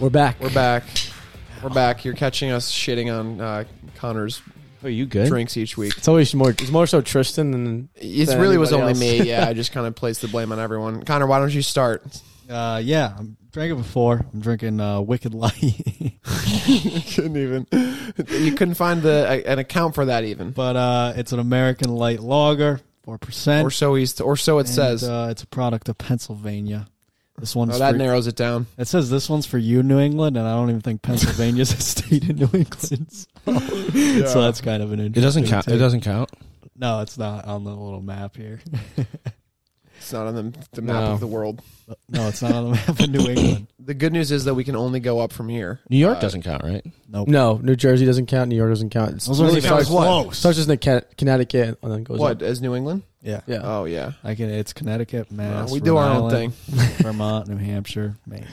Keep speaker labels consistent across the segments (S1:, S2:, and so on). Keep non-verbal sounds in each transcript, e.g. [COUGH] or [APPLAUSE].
S1: We're back.
S2: We're back. We're back. You're catching us shitting on uh, Connor's
S1: Are you good?
S2: drinks each week.
S1: It's always more. It's more so Tristan than
S2: It
S1: than
S2: really was only
S1: anybody
S2: me.
S1: else.
S2: Yeah, I just kind of placed the blame on everyone. Connor, why don't you start? [LAUGHS]
S3: Uh, yeah, I'm drinking before. I'm drinking uh, Wicked Light, [LAUGHS]
S2: you couldn't even. You couldn't find the an account for that even,
S3: but uh, it's an American light lager, four percent.
S2: or so he's, or so it says.
S3: uh, it's a product of Pennsylvania. This one's
S2: Oh, that
S3: for,
S2: narrows it down.
S3: it says this one's for you, New England, and I don't even think Pennsylvania's a state in New England. [LAUGHS] So, so that's kind of an
S4: It
S3: interesting.
S4: doesn't count. It
S3: take.
S4: doesn't count.
S3: No, it's not on the little map here. [LAUGHS]
S2: It's not on the, the map
S1: No.
S2: of the world.
S3: No, it's not on the map of New England.
S2: The good news is that we can only go up from here.
S4: New York
S2: Uh,
S4: doesn't count, right?
S3: Nope.
S1: No, New Jersey doesn't count. New York doesn't count. It's
S3: Those aren't
S1: really
S3: even
S1: starts,
S3: close.
S1: starts just in Can- Connecticut and then goes
S2: What
S1: up.
S2: as New England?
S3: Yeah.
S1: Yeah.
S4: Uh,
S2: Oh yeah,
S3: I can, it's Connecticut,
S2: No,
S3: Mass.
S2: we do
S3: Rhode
S2: our own
S3: Island,
S2: thing.
S3: Vermont, New Hampshire,
S2: [CLEARS THROAT]
S3: Maine.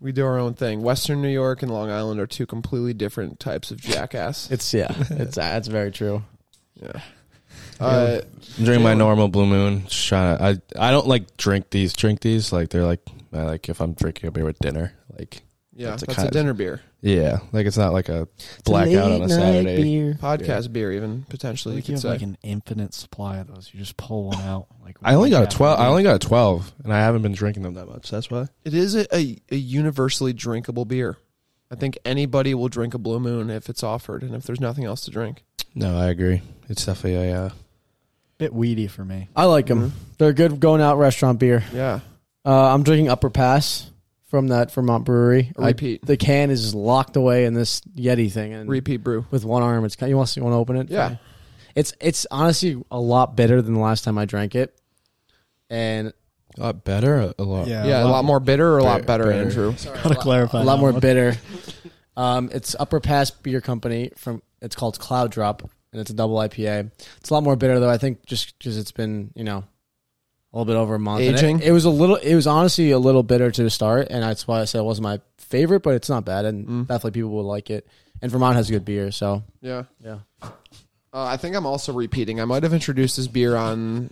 S2: We do our own thing. Western New York and Long Island are two completely different types of jackass.
S1: It's yeah. It's that's very true.
S2: yeah. Uh,
S4: I'm drinking my
S2: Yeah.
S4: normal Blue Moon. Shot. I I don't like drink these. Drink these like they're like I like if I'm drinking a beer with dinner. Like
S2: yeah,
S4: That's a
S2: that's a
S4: kind-
S2: dinner beer,
S4: yeah, like it's not like a blackout on a Saturday.
S2: podcast beer, even potentially.
S3: Like
S2: you
S3: you
S2: could say.
S3: have like an infinite supply of those. You just pull one out. Like
S4: I only got a
S3: Yeah.
S4: twelve. I only got a twelve, and I haven't been drinking them that much. That's why.
S2: It is a, a, a universally drinkable beer. I think anybody will drink a Blue Moon if it's offered and if there's nothing else to drink.
S4: No, I agree. It's definitely a. Uh,
S3: bit weedy for me.
S1: I like them.
S2: Mhm.
S4: Mm-hmm.
S1: They're good going out restaurant beer.
S2: Yeah.
S1: Uh, I'm drinking Upper Pass from that Vermont brewery.
S2: A repeat.
S1: I, the can is locked away in this Yeti thing, and
S2: Repeat brew.
S1: with one arm, it's kind. You want to you want to open it?
S2: Yeah.
S1: It's it's honestly a lot better than the last time I drank it, and
S4: a lot better, a, a lot.
S3: Yeah.
S2: Yeah, a lot more bitter or a lot better,
S4: Bitter.
S2: Andrew.
S3: [LAUGHS] Gotta clarify.
S1: a lot
S3: that
S1: more
S3: one.
S1: bitter. Um, it's Upper Pass Beer Company from. It's called Cloud Drop, and it's a double IPA. It's a lot more bitter though. I think just because it's been you know a little bit over a month. And it-
S2: Aging?
S1: It, was a little. It was honestly a little bitter to start, and that's why I said it wasn't my favorite, but it's not bad, and
S2: Mm.
S1: definitely people will like it. And Vermont has good beer, so
S2: Yeah.
S1: yeah.
S2: Uh, I think I'm also repeating. I might have introduced this beer on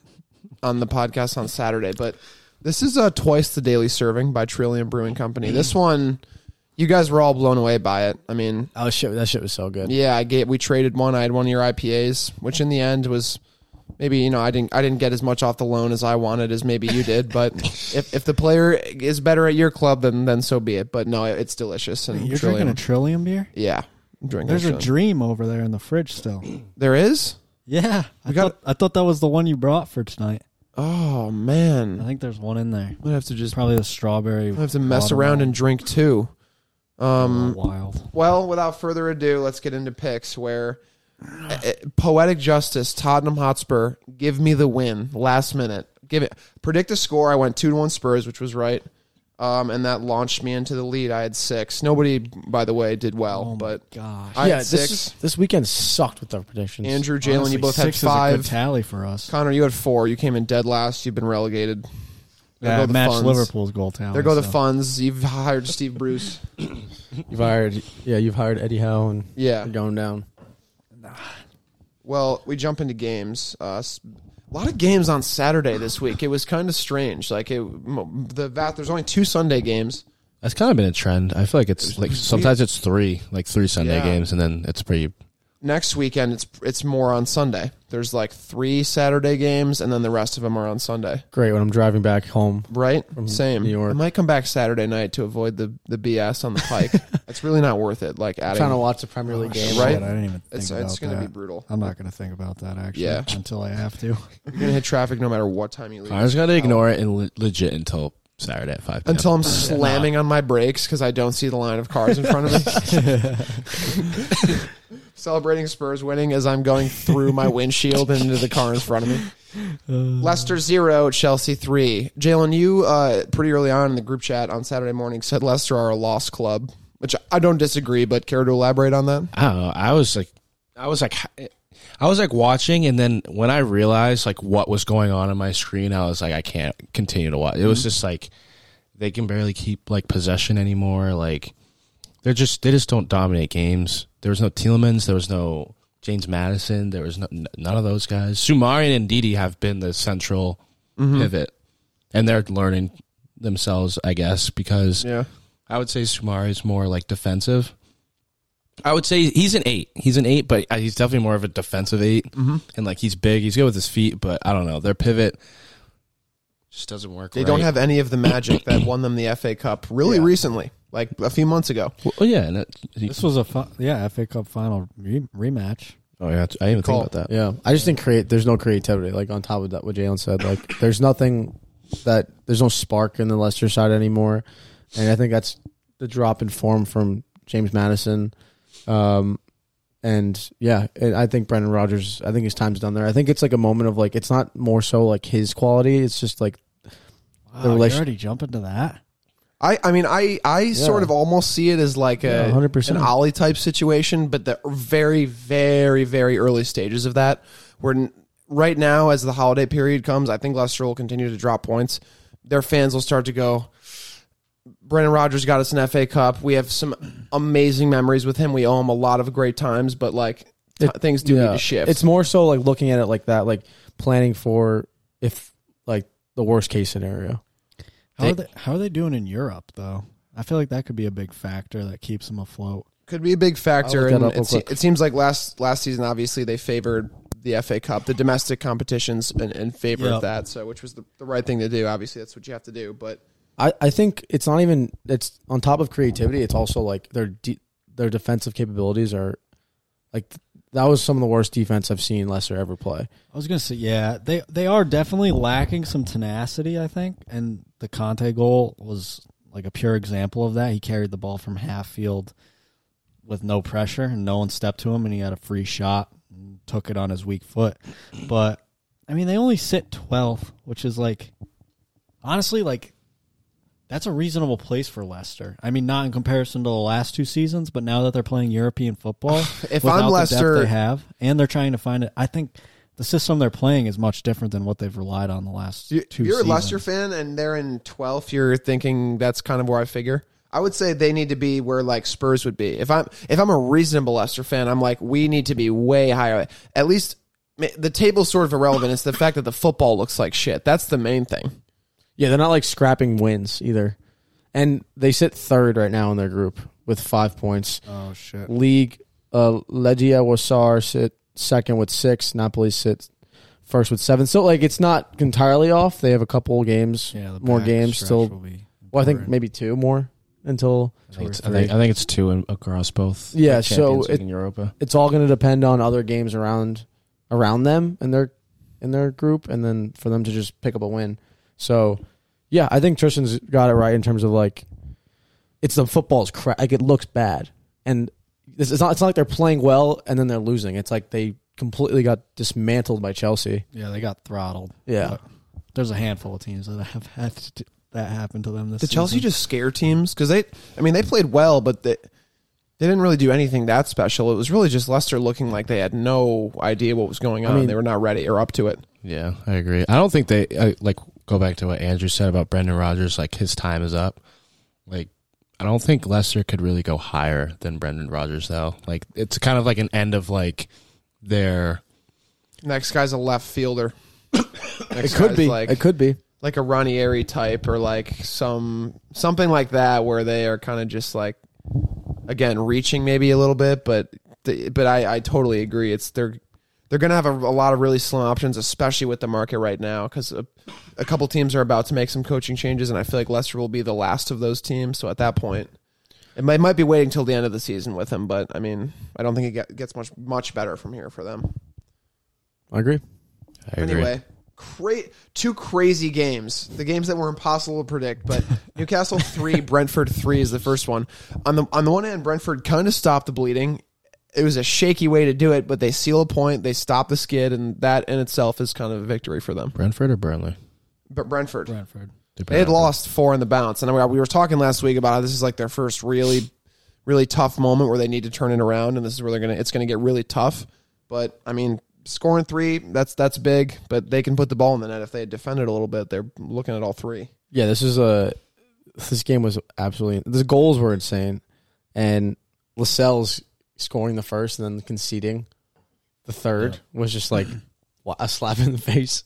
S2: on the podcast on Saturday, but this is uh, twice the daily serving by Trillium Brewing Company. This one, you guys were all blown away by it. I mean,
S1: Oh shit, that shit was so good.
S2: Yeah, I get. We traded one. I had one of your IPAs, which in the end was maybe you know I didn't I didn't get as much off the loan as I wanted as maybe you did.
S3: [LAUGHS]
S2: But if if the player is better at your club, then then so be it. But no, it's delicious and
S3: You're
S2: Trillium-
S3: drinking a Trillium beer?
S2: yeah, I'm drinking.
S3: There's a
S2: Trillium.
S3: dream over there in the fridge still.
S2: there is.
S3: Yeah. I,
S2: We got-
S3: thought, I thought that was the one you brought for tonight.
S2: Oh
S3: I
S2: man,
S3: think there's one in there.
S2: I'm gonna have to just
S3: It's
S2: I'm
S3: probably the strawberry.
S2: gonna have to mess around and drink two. Um,
S3: wild.
S2: Well, without further ado, let's get into picks where uh, uh, poetic justice, Tottenham Hotspur, give me the win last minute. Give it predict a score. I went two to one Spurs, which was right. Um, and that launched me into the lead. I had six. Nobody, by the way, did well, but
S3: gosh.
S2: I
S1: yeah.
S2: had
S1: This
S2: six.
S1: is- this weekend sucked with our predictions.
S2: Andrew, Jalen,
S3: Honestly,
S2: you both had
S3: six is a good
S2: five.
S3: tally for us.
S2: Connor, you had four. You came in dead last. You've been relegated. There
S3: Yeah,
S2: go
S3: it
S2: the
S3: matched
S2: funds.
S3: Liverpool's goal tally.
S2: There go the
S3: so.
S2: funds. You've [LAUGHS] hired Steve Bruce.
S1: you've hired. Yeah, you've hired Eddie Howe, and
S2: Yeah.
S1: you're going down.
S2: Well, we jump into games. Uh, s- a lot of games on Saturday this week. It was kind of strange. Like it, m- the va- there's only two Sunday games.
S4: That's kind of been a trend. I feel like it's like sometimes it's three, like three Sunday
S2: Yeah.
S4: games, and then it's pretty.
S2: Next weekend, it's it's more on Sunday. There's like three Saturday games, and then the rest of them are on Sunday.
S1: Great when I'm driving back home.
S2: Right? Same.
S1: New York.
S2: I might come back Saturday night to avoid the the BS on the
S1: [LAUGHS]
S2: Pike. it's really not worth it. Like adding.
S1: trying to watch the Premier League game.
S3: Shit,
S2: right?
S3: I didn't even think
S2: it's
S3: about
S2: it's going to be
S3: that.
S2: brutal.
S3: I'm not going to think about that actually
S2: Yeah.
S3: until I have to.
S2: You're going to hit traffic no matter what time you leave.
S4: I just gotta ignore it and le- legit until Saturday at five. 10.
S2: until I'm slamming on my brakes because I don't see the line of cars in front of me. [LAUGHS] Celebrating Spurs winning as I'm going through my windshield and into the car in front of me. Leicester zero, Chelsea three. Jalen, you uh, pretty early on in the group chat on Saturday morning said Leicester are a lost club, which I don't disagree. But care to elaborate on that?
S4: I don't know. I was like, I was like, I was like watching, and then when I realized like what was going on on my screen, I was like, I can't continue to watch. It was just like they can barely keep like possession anymore. Like they're just they just don't dominate games. There was no Telemans. There was no James Madison. There was no, n- none of those guys. Sumarian and Didi have been the central pivot, and they're learning themselves, I guess, because
S2: Yeah,
S4: I would say Sumari is more like defensive. I would say he's an eight. He's an eight, but uh, he's definitely more of a defensive 8 And like he's big, he's good with his feet, but I don't know. Their pivot just doesn't work.
S2: They don't
S4: right.
S2: have any of the magic that won them the FA Cup really recently, like a few months ago.
S4: Well, Oh, yeah, and that,
S3: This was a fi- yeah FA Cup final re- rematch.
S4: oh yeah, I didn't even think about that.
S1: Yeah, I just think create. There's no creativity. Like on top of that, what Jalen said, like there's nothing that there's no spark in the Leicester side anymore, and I think that's the drop in form from James Madison. Um, and yeah, and I think Brendan Rodgers. I think his time's done there. I think it's like a moment of like it's not more so like his quality. It's just like
S3: Wow,
S1: The relation-
S3: you already jump into that.
S2: I, I mean, I, I sort of almost see it as like
S1: Yeah,
S2: a
S1: 100%.
S2: an Ollie type situation, but the very, very, very early stages of that. Where n- right now, as the holiday period comes, I think Leicester will continue to drop points. Their fans will start to go. Brendan Rodgers got us an FA Cup. We have some amazing memories with him. We owe him a lot of great times, but like t- things do need to shift.
S1: It's more so like looking at it like that, like planning for if like the worst case scenario.
S3: How are they How are they doing in Europe though? I feel like that could be a big factor that keeps them afloat.
S2: could be a big factor.
S1: I'll look that
S2: And
S1: up real
S2: it, se-
S1: quick.
S2: it seems like last last season, obviously, they favored the FA Cup, the domestic competitions, in, in favor
S3: Yep.
S2: of that. So, which was the, the right thing to do. Obviously, that's what you have to do. But
S1: I, I think it's not even it's on top of creativity. It's also like their de- their defensive capabilities are like th- that was some of the worst defense I've seen Lesser ever play.
S3: I was gonna say yeah, they they are definitely lacking some tenacity. I think, and the Conte goal was like a pure example of that. He carried the ball from half field with no pressure, and no one stepped to him, and he had a free shot and took it on his weak foot. But I mean, they only sit twelfth, which is like honestly like. That's a reasonable place for Leicester. I mean, not in comparison to the last two seasons, but now that they're playing European football,
S2: [SIGHS] If
S3: without
S2: I'm
S3: the depth
S2: Leicester-
S3: they have, and they're trying to find it. I think the system they're playing is much different than what they've relied on the last
S2: you,
S3: two.
S2: you're a Leicester
S3: seasons.
S2: fan, and they're in 12th. You're thinking that's kind of where I figure. I would say they need to be where like Spurs would be. If I'm if I'm a reasonable Leicester fan, I'm like we need to be way higher. At least ma- the table's sort of irrelevant. It's the fact that the football looks like shit. That's the main thing.
S1: Yeah, they're not like scrapping wins either, and they sit third right now in their group with five points.
S3: Oh shit!
S1: League uh, Legia Wasar sit second with six. Napoli sit first with seven. So like it's not entirely off. They have a couple games,
S3: Yeah, the
S1: more
S3: back
S1: games
S3: stretch
S1: still.
S3: will be
S1: Well, I think
S3: important.
S1: maybe two more until
S4: I think, it's, I,
S1: Three.
S4: think, I think it's two in, across both.
S1: Yeah,
S4: like,
S1: so
S4: Champions League
S1: it-
S4: and Europa.
S1: it's all going to depend on other games around around them and their in their group, and then for them to just pick up a win. So, yeah, I think Tristan's got it right in terms of like it's the football's crap. Like it looks bad, and this it's not. It's not like they're playing well and then they're losing. It's like they completely got dismantled by Chelsea.
S3: yeah, they got throttled.
S1: Yeah.
S3: But there's a handful of teams that have had to do- that happen to them this.
S2: Did Chelsea
S3: season.
S2: just scare teams? Because they, I mean, they played well, but they, they didn't really do anything that special. It was really just Leicester looking like they had no idea what was going on.
S1: mean-
S2: they were not ready or up to it.
S4: Yeah, I agree. I don't think they I, like go back to what Andrew said about Brendan Rodgers. Like his time is up. Like I don't think Lester could really go higher than Brendan Rodgers though. Like it's kind of like an end of like their
S2: Next guy's a left [COUGHS] fielder. Next
S1: It could
S2: guy's
S1: be.
S2: like
S1: it could be.
S2: like a Ranieri type or like some something like that, where they are kind of just like again reaching maybe a little bit, but the, but I I totally agree. It's they're they're gonna have a, a lot of really slim options, especially with the market right now, because a, a couple teams are about to make some coaching changes, and I feel like Leicester will be the last of those teams. So at that point. It might, might be waiting till the end of the season with him, but I mean, I don't think it get, gets much much better from here for them.
S1: I agree.
S4: I agree.
S2: Anyway, cra- two crazy games. The games that were impossible to predict, but Newcastle 3, Brentford 3 is the first one. On the on the one hand, Brentford kind of stopped the bleeding. It was a shaky way to do it, but they seal a point, they stop the skid, and that in itself is kind of a victory for them.
S4: Brentford or Burnley?
S2: But Brentford,
S3: Brentford?
S2: they had lost four in the bounce, and we we were talking last week about how this is like their first really, really tough moment where they need to turn it around, and this is where they're gonna it's gonna get really tough. But I mean, scoring three that's that's big, but they can put the ball in the net if they had defended a little bit. They're looking at all three.
S1: Yeah, this is a this game was absolutely the goals were insane, and Lascelles scoring the first and then conceding the third was just like wa- a slap in the face.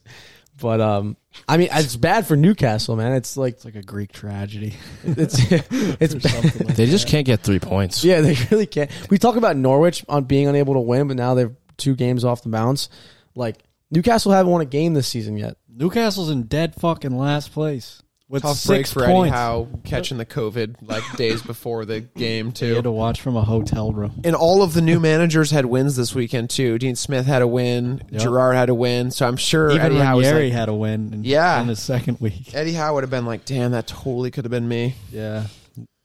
S1: But um, I mean, it's bad for Newcastle, man. It's like
S3: It's like a Greek tragedy.
S1: it's it's
S3: [LAUGHS] or something like
S4: They just can't get three points.
S1: yeah, they really can't. We talk about Norwich on being unable to win, but now they're two games off the bounce. Like Newcastle haven't won a game this season yet.
S3: Newcastle's in dead fucking last place with
S2: Tough break
S3: six
S2: for Eddie
S3: points.
S2: Howe catching the COVID
S3: [LAUGHS]
S2: like days before the game
S3: He
S2: too.
S3: had to watch from a hotel room.
S2: and all of the new managers had wins this weekend too. Dean Smith had a win,
S3: Yep.
S2: Gerard had a win, so I'm sure
S3: Even
S2: Eddie Howe was
S3: Ranieri
S2: like,
S3: had a win. In,
S2: Yeah.
S3: in his second week.
S2: Eddie Howe would have been like, "Damn, that totally could have been me."
S3: [LAUGHS] Yeah,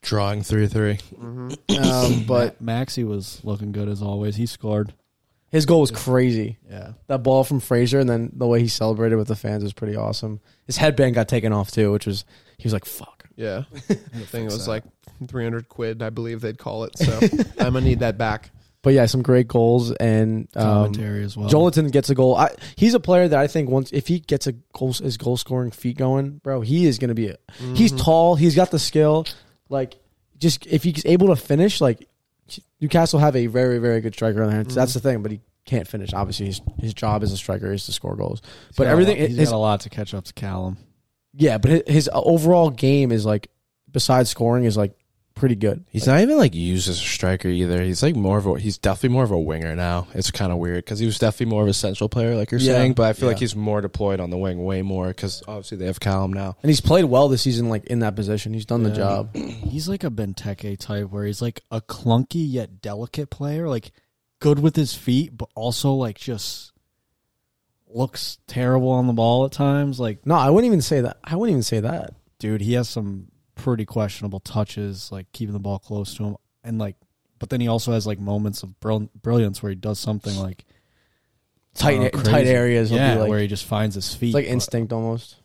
S4: Drawing three three.
S1: Um, but
S3: but Maxi was looking good as always. He scored.
S1: his goal was crazy.
S3: Yeah,
S1: That ball from Fraser, and then the way he celebrated with the fans was pretty awesome. His headband got taken off too, which was he was like, "Fuck."
S2: Yeah, the thing was like 300 quid, I believe they'd call it. So [LAUGHS] I'm gonna need that back.
S1: But yeah, some great goals and um,
S3: commentary as well.
S1: Jolinton gets a goal. I, he's a player that I think once if he gets a goal his goal scoring feet going, bro, he is going to be. A, He's
S2: Mm-hmm.
S1: tall. He's got the skill. Like just if he's able to finish, like Newcastle have a very very good striker on their hands. That's the thing, but he can't finish. Obviously, his his job as a striker is to score goals.
S3: He's
S1: but
S3: got a
S1: everything
S3: lot- he's
S1: his-
S3: got a lot to catch up to Callum.
S1: Yeah, but his, his uh, overall game is like besides scoring is like pretty good.
S4: He's not even like used as a striker either. He's like more of a he's definitely more of a winger now. It's kind of weird because he was definitely more of a central player, like you're
S1: Yeah.
S4: saying. But I feel
S1: Yeah.
S4: like he's more deployed on the wing, way more because obviously they have Callum now.
S1: and he's played well this season. Like in that position, he's done the
S3: Yeah.
S1: job.
S3: He's like a Benteke type where he's like a clunky yet delicate player, like good with his feet, but also like just looks terrible on the ball at times. Like,
S1: No, I wouldn't even say that. I wouldn't even say that.
S3: dude, he has some pretty questionable touches, like keeping the ball close to him. And like, but then he also has like moments of brill- brilliance where he does something like
S1: Tight
S3: Oh,
S1: tight
S3: crazy.
S1: areas. will
S3: yeah,
S1: be like,
S3: where he just finds his feet.
S1: It's like
S3: but-
S1: instinct almost.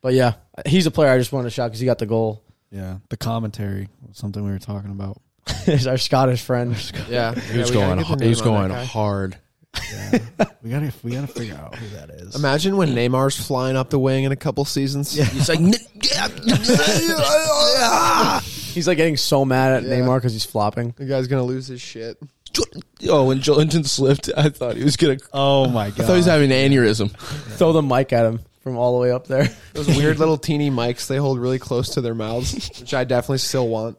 S1: But yeah, he's a player I just wanted to shout because he got the goal. [LAUGHS]
S3: yeah, the commentary was something we were talking about.
S1: He's our Scottish friend.
S2: Yeah,
S4: He was
S2: Yeah, we gotta
S4: going
S2: get the
S4: he
S2: name
S4: was
S2: on that
S4: going
S2: guy.
S4: hard.
S3: We gotta we gotta figure out who that is.
S2: Imagine when Neymar's flying up the wing in a couple seasons. [LAUGHS] Yeah.
S4: He's like,
S1: He's like getting so mad at
S2: Yeah.
S1: Neymar because he's flopping.
S2: The guy's gonna lose his shit.
S4: oh, when Jolinton [LAUGHS] slipped, I thought he
S2: [LAUGHS]
S4: was gonna.
S3: Oh my god!
S4: I thought he was having an aneurysm.
S1: Throw the mic at him from all the way up there.
S2: Those weird
S4: [LAUGHS]
S2: little teeny mics they hold really close to their mouths, which I definitely still
S4: [LAUGHS]
S2: want.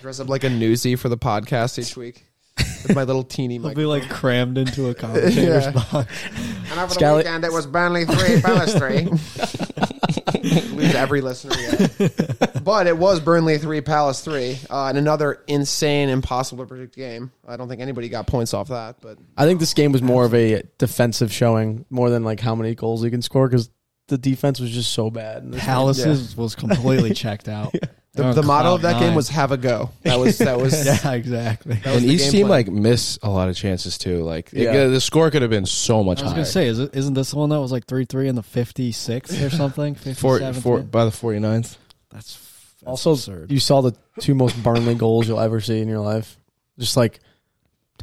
S2: Dress up like a newsie for the podcast each week with my little teeny
S3: He'll
S2: mic.
S3: be like crammed into
S2: [LAUGHS]
S3: a commentator's
S2: Yeah.
S3: box.
S2: And over
S1: Scally- weekend,
S2: it was Burnley three, Palace three. Lose every listener, yeah. but it was Burnley three, Palace three, uh, and another insane, impossible to predict game. I don't think anybody got points off that, but
S1: I think this game was more of a defensive showing more than like how many goals he can score because the defense was just so bad. in this game.
S3: Palace's was completely checked [LAUGHS] out.
S2: the,
S3: They're Oh, on
S2: the motto of
S3: cloud
S2: that game
S3: nine.
S2: was "Have a go." That was that was.
S3: [LAUGHS] yeah, exactly.
S2: That was
S4: and
S2: the
S4: each
S2: game
S4: team
S2: plan.
S4: like missed a lot of chances too. Like it-
S1: Yeah.
S4: the score could have been so much
S3: I was
S4: higher.
S3: gonna say, is it, isn't this the one that was like three three in the fifty six
S2: [LAUGHS]
S3: or something?
S4: Four-
S3: 57th?
S4: four- by the 49th.
S3: That's, f- that's
S1: Also,
S3: absurd. [LAUGHS]
S1: you saw the two most Burnley goals you'll ever see in your life. Just like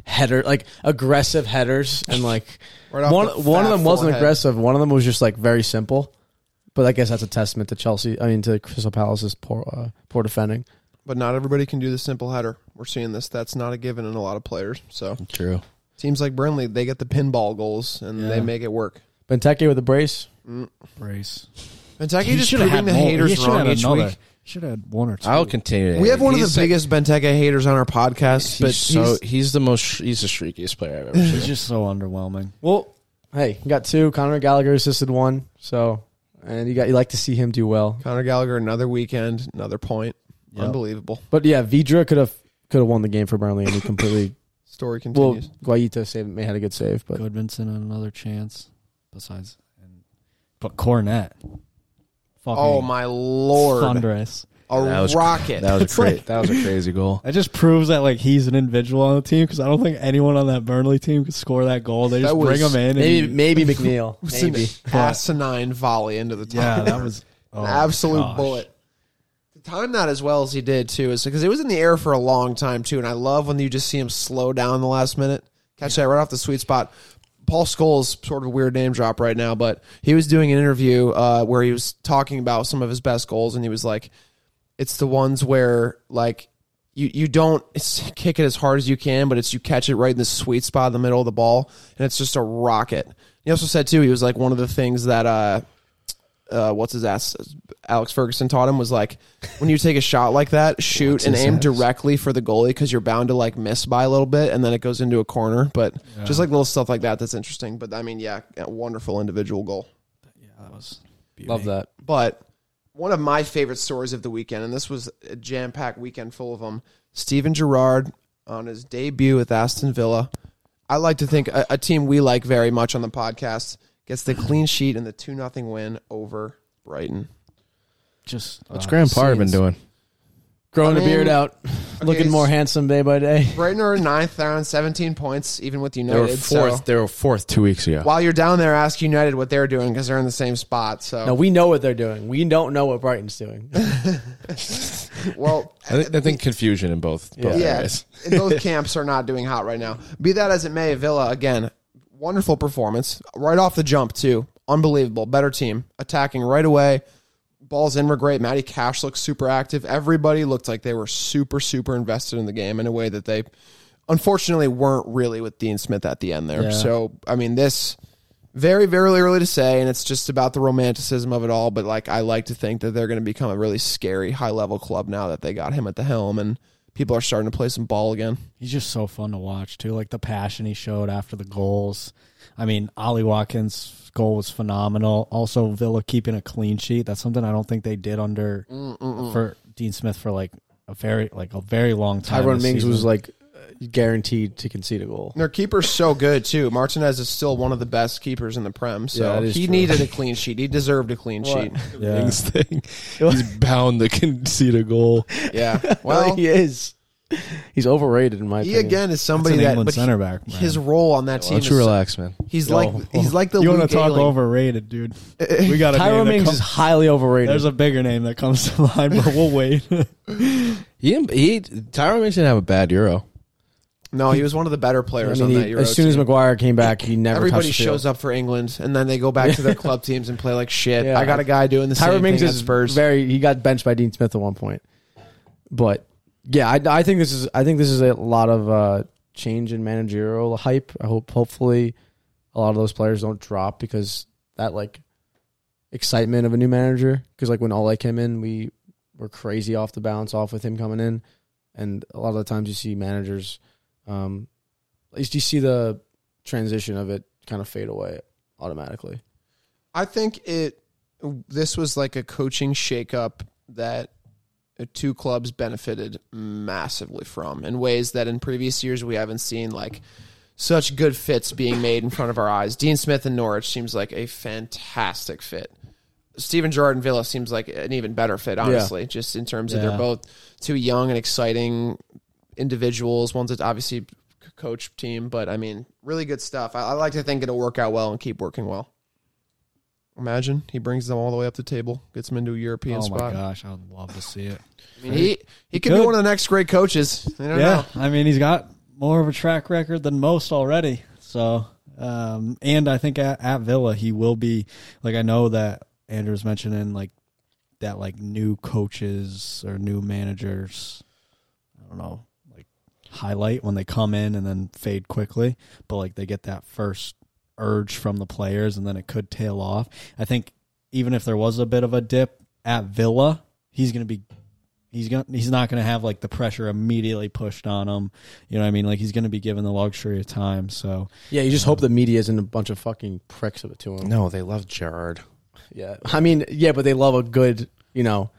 S1: header, like aggressive headers, and like
S2: Right off
S1: one
S2: the
S1: one of
S2: fat
S1: them wasn't
S2: forehead.
S1: aggressive. One of them was just like very simple. But I guess that's a testament to Chelsea. I mean, to Crystal Palace's poor uh, poor defending.
S2: But not everybody can do the simple header. We're seeing this. That's not a given in a lot of players. So
S4: True.
S2: teams like Burnley, they get the pinball goals and they
S3: Yeah.
S2: make it work.
S1: Benteke with a brace.
S3: brace.
S2: Benteke
S3: He
S2: just
S3: should have
S2: proving
S3: had
S2: the
S3: more- he
S2: haters
S3: should have
S2: wrong
S3: had
S2: each
S3: another.
S2: week.
S3: Should have had one or 2
S4: I'll continue. to
S2: We
S4: hate
S2: have
S4: him.
S2: one of
S4: He's
S2: the
S4: like-
S2: biggest Benteke haters on our podcast,
S4: But
S2: but
S4: he's, so he's, the most he's the streakiest player
S2: [LAUGHS]
S4: I've ever
S3: [LAUGHS] He's
S4: seen.
S3: just so underwhelming.
S1: Well, hey, you got two. Conor Gallagher assisted one. So, and you got you like to see him do well.
S2: Connor Gallagher, another weekend, another point. Unbelievable.
S1: But yeah, Vidra could have could have won the game for Burnley, and he
S2: [LAUGHS]
S1: completely.
S2: Story
S1: well,
S2: continues.
S1: Guayito saved may had a good save, but
S3: Goodmanson had another chance. Besides, and, but Cornet. Fucking
S2: oh my lord.
S3: Thunderous.
S2: A
S4: That was-
S2: rocket. [LAUGHS]
S4: That was a
S3: It's
S4: cra-
S3: like-
S4: that was a crazy goal.
S3: That just proves that like he's an individual on the team because I don't think anyone on that Burnley team could score that goal. They just
S2: That was-
S3: bring him in. And
S1: maybe [LAUGHS] maybe
S3: he-
S1: McNeil.
S2: [LAUGHS] It's
S1: maybe
S2: an asinine volley into the top.
S3: yeah,
S2: [LAUGHS]
S3: that was oh
S2: an
S3: my
S2: absolute
S3: gosh.
S2: bullet. To time that as well as he did too is because it was in the air for a long time too, and I love when you just see him slow down the last minute, catch that right off the sweet spot. Paul Scholes, sort of a weird name drop right now, but he was doing an interview uh, where he was talking about some of his best goals, and he was like, "It's the ones where like you you don't it's, kick it as hard as you can, but it's you catch it right in the sweet spot in the middle of the ball, and it's just a rocket." He also said too, he was like one of the things that uh, uh, what's his ass, Alex Ferguson taught him was like when you take a shot like that, shoot and aim directly for the goalie because you're bound to like miss by a little bit and then it goes into a corner. But just like little stuff like that, that's interesting. But I mean, yeah, a wonderful individual goal.
S3: Yeah, that was
S1: Love that.
S2: But one of my favorite stories of the weekend, and this was a jam packed weekend full of them. Steven Gerrard on his debut with Aston Villa. I like to think a, a team we like very much on the podcast gets the clean sheet and the 2 0 win over Brighton.
S3: just
S4: What's
S3: uh,
S4: Graham Potter been
S3: scenes.
S4: doing?
S1: Growing
S2: I
S1: a beard
S2: mean,
S1: out, looking
S2: it's-
S1: more handsome day by day.
S2: Brighton are in ninth, they're on 17 points, even with
S4: They
S2: United.
S4: were fourth.
S2: so
S4: They were fourth two weeks ago.
S2: while you're down there, ask United what they're doing because they're in the same spot. So,
S1: Now we know what they're doing. We don't know what Brighton's [LAUGHS] doing.
S2: well,
S4: I think, I think confusion in both. both
S2: Yeah,
S4: areas.
S2: and [LAUGHS] those camps are not doing hot right now. Be that as it may, Villa again, wonderful performance right off the jump too. Unbelievable, better team attacking right away. Balls in were great. Matty Cash looked super active. Everybody looked like they were super super invested in the game in a way that they unfortunately weren't really with Dean Smith at the end there.
S3: Yeah.
S2: So I mean this. Very, very early to say, and it's just about the romanticism of it all. But like, I like to think that they're going to become a really scary, high-level club now that they got him at the helm, and people are starting to play some ball again.
S3: He's just so fun to watch too. Like the passion he showed after the goals. I mean, Ollie Watkins' goal was phenomenal. Also, Villa keeping a clean sheet. That's something I don't think they did under for Dean Smith for like a very like a very long time.
S1: Tyrone
S3: this
S1: Mings was
S3: season.
S1: like uh, guaranteed to concede a [LAUGHS] goal.
S2: Their keeper's so good too. Martinez is still one of the best keepers in the Prem.
S1: Yeah,
S2: So
S1: that is
S2: he
S1: true.
S2: needed a clean sheet. He deserved a clean sheet.
S1: [LAUGHS]
S3: Yeah.
S4: [LAUGHS] Ings thing. He's bound to concede a goal.
S2: Yeah. Well,
S1: he is. He's overrated in my
S2: he
S1: opinion.
S2: again is
S3: That's
S2: somebody
S3: an
S2: that
S3: England
S2: but he-
S3: center back. man.
S2: his role on that
S4: Why
S2: team.
S4: don't you
S2: is,
S4: relax, man?
S2: he's
S1: Yo.
S2: like he's like the
S3: you
S2: want
S3: want to talk overrated, dude? We got
S1: Tyrone Mings is highly overrated.
S3: There's a bigger name that comes to [LAUGHS] mind, but we'll [LAUGHS] wait.
S4: He, didn't- he Tyrone Mings didn't have a bad Euro.
S2: No, he was one of the better
S1: I
S2: players
S1: mean,
S2: on
S1: he-
S2: that Euro.
S1: as soon as
S2: team.
S1: McGuire came back, he never
S2: everybody
S1: touched
S2: shows up for England, and then they go
S1: [LAUGHS]
S2: back to their club teams and play like shit.
S1: Yeah.
S2: I got a guy doing the
S1: Tyrone
S2: same
S1: Mings
S2: thing at
S1: is
S2: Spurs.
S1: very. He got benched by Dean Smith at one point, but yeah, I, I think this is. I think this is a lot of uh, change in managerial hype. I hope, hopefully, a lot of those players don't drop because that like excitement of a new manager. Because like when Ole came in, we were crazy off the bounce off with him coming in, and a lot of the times you see managers, um, at least you see the transition of it kind of fade away automatically.
S2: I think it. This was like a coaching shakeup that the two clubs benefited massively from in ways that in previous years we haven't seen like such good fits being made in front of our eyes. Dean Smith and Norwich seems like a fantastic fit. Steven Gerrard and Villa seems like an even better fit, honestly, just in terms of they're
S3: Yeah.
S2: both two young and exciting individuals. One's a- obviously c- coach team, but I mean, really good stuff. I, I like to think it'll work out well and keep working well. Imagine he brings them all the way up the table, gets them into a European
S3: oh
S2: spot.
S3: my gosh, I would love to see it.
S2: I mean, he he, could, be
S3: could.
S2: one of the next great coaches. I don't
S3: yeah,
S2: know.
S3: I mean he's got more of a track record than most already. So, um, and I think at, at Villa he will be like I know that Andrew's mentioning like that like new coaches or new managers. I don't know, like highlight when they come in and then fade quickly, but like they get that first urge from the players and then it could tail off. I think even if there was a bit of a dip at Villa, he's going to be he's going to he's not going to have like the pressure immediately pushed on him. You know what I mean? Like he's going to be given the luxury of time. So,
S1: Yeah, you just hope the media isn't a bunch of fucking pricks of it to him.
S4: No, they love Gerard.
S1: Yeah, I mean, yeah, but they love a good, you know,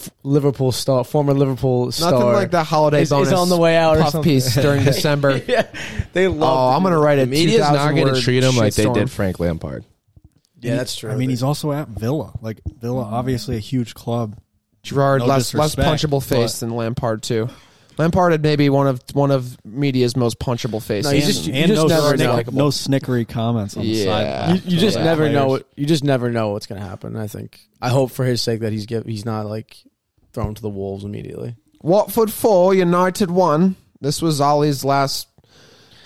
S1: f- Liverpool star, former Liverpool star.
S2: Nothing like the holiday
S1: is,
S2: bonus
S1: is on the way out. or
S2: puff
S1: something.
S2: piece
S4: [LAUGHS]
S2: during December.
S1: [LAUGHS] yeah, they love.
S2: Oh, I'm gonna write a
S4: Media's not going to treat him like they did
S2: For-
S4: Frank Lampard.
S1: yeah, that's true.
S3: I mean, he's also at Villa. Like Villa obviously a huge club.
S2: Gerard
S3: No
S2: less less
S3: disrespect,
S2: punchable face than Lampard too. Lampard had maybe one of one of media's most punchable faces.
S1: No, he's just-
S3: and
S1: just
S3: no,
S1: never
S3: snick-
S1: know.
S3: no snickery comments on the
S2: Yeah.
S3: sideline.
S1: you, you just
S3: Yeah.
S1: never
S3: Players.
S1: know. What, you just never know what's gonna happen. I think. I hope for his sake that he's give, he's not like thrown to the wolves immediately.
S2: Watford four, United one. This was Ollie's last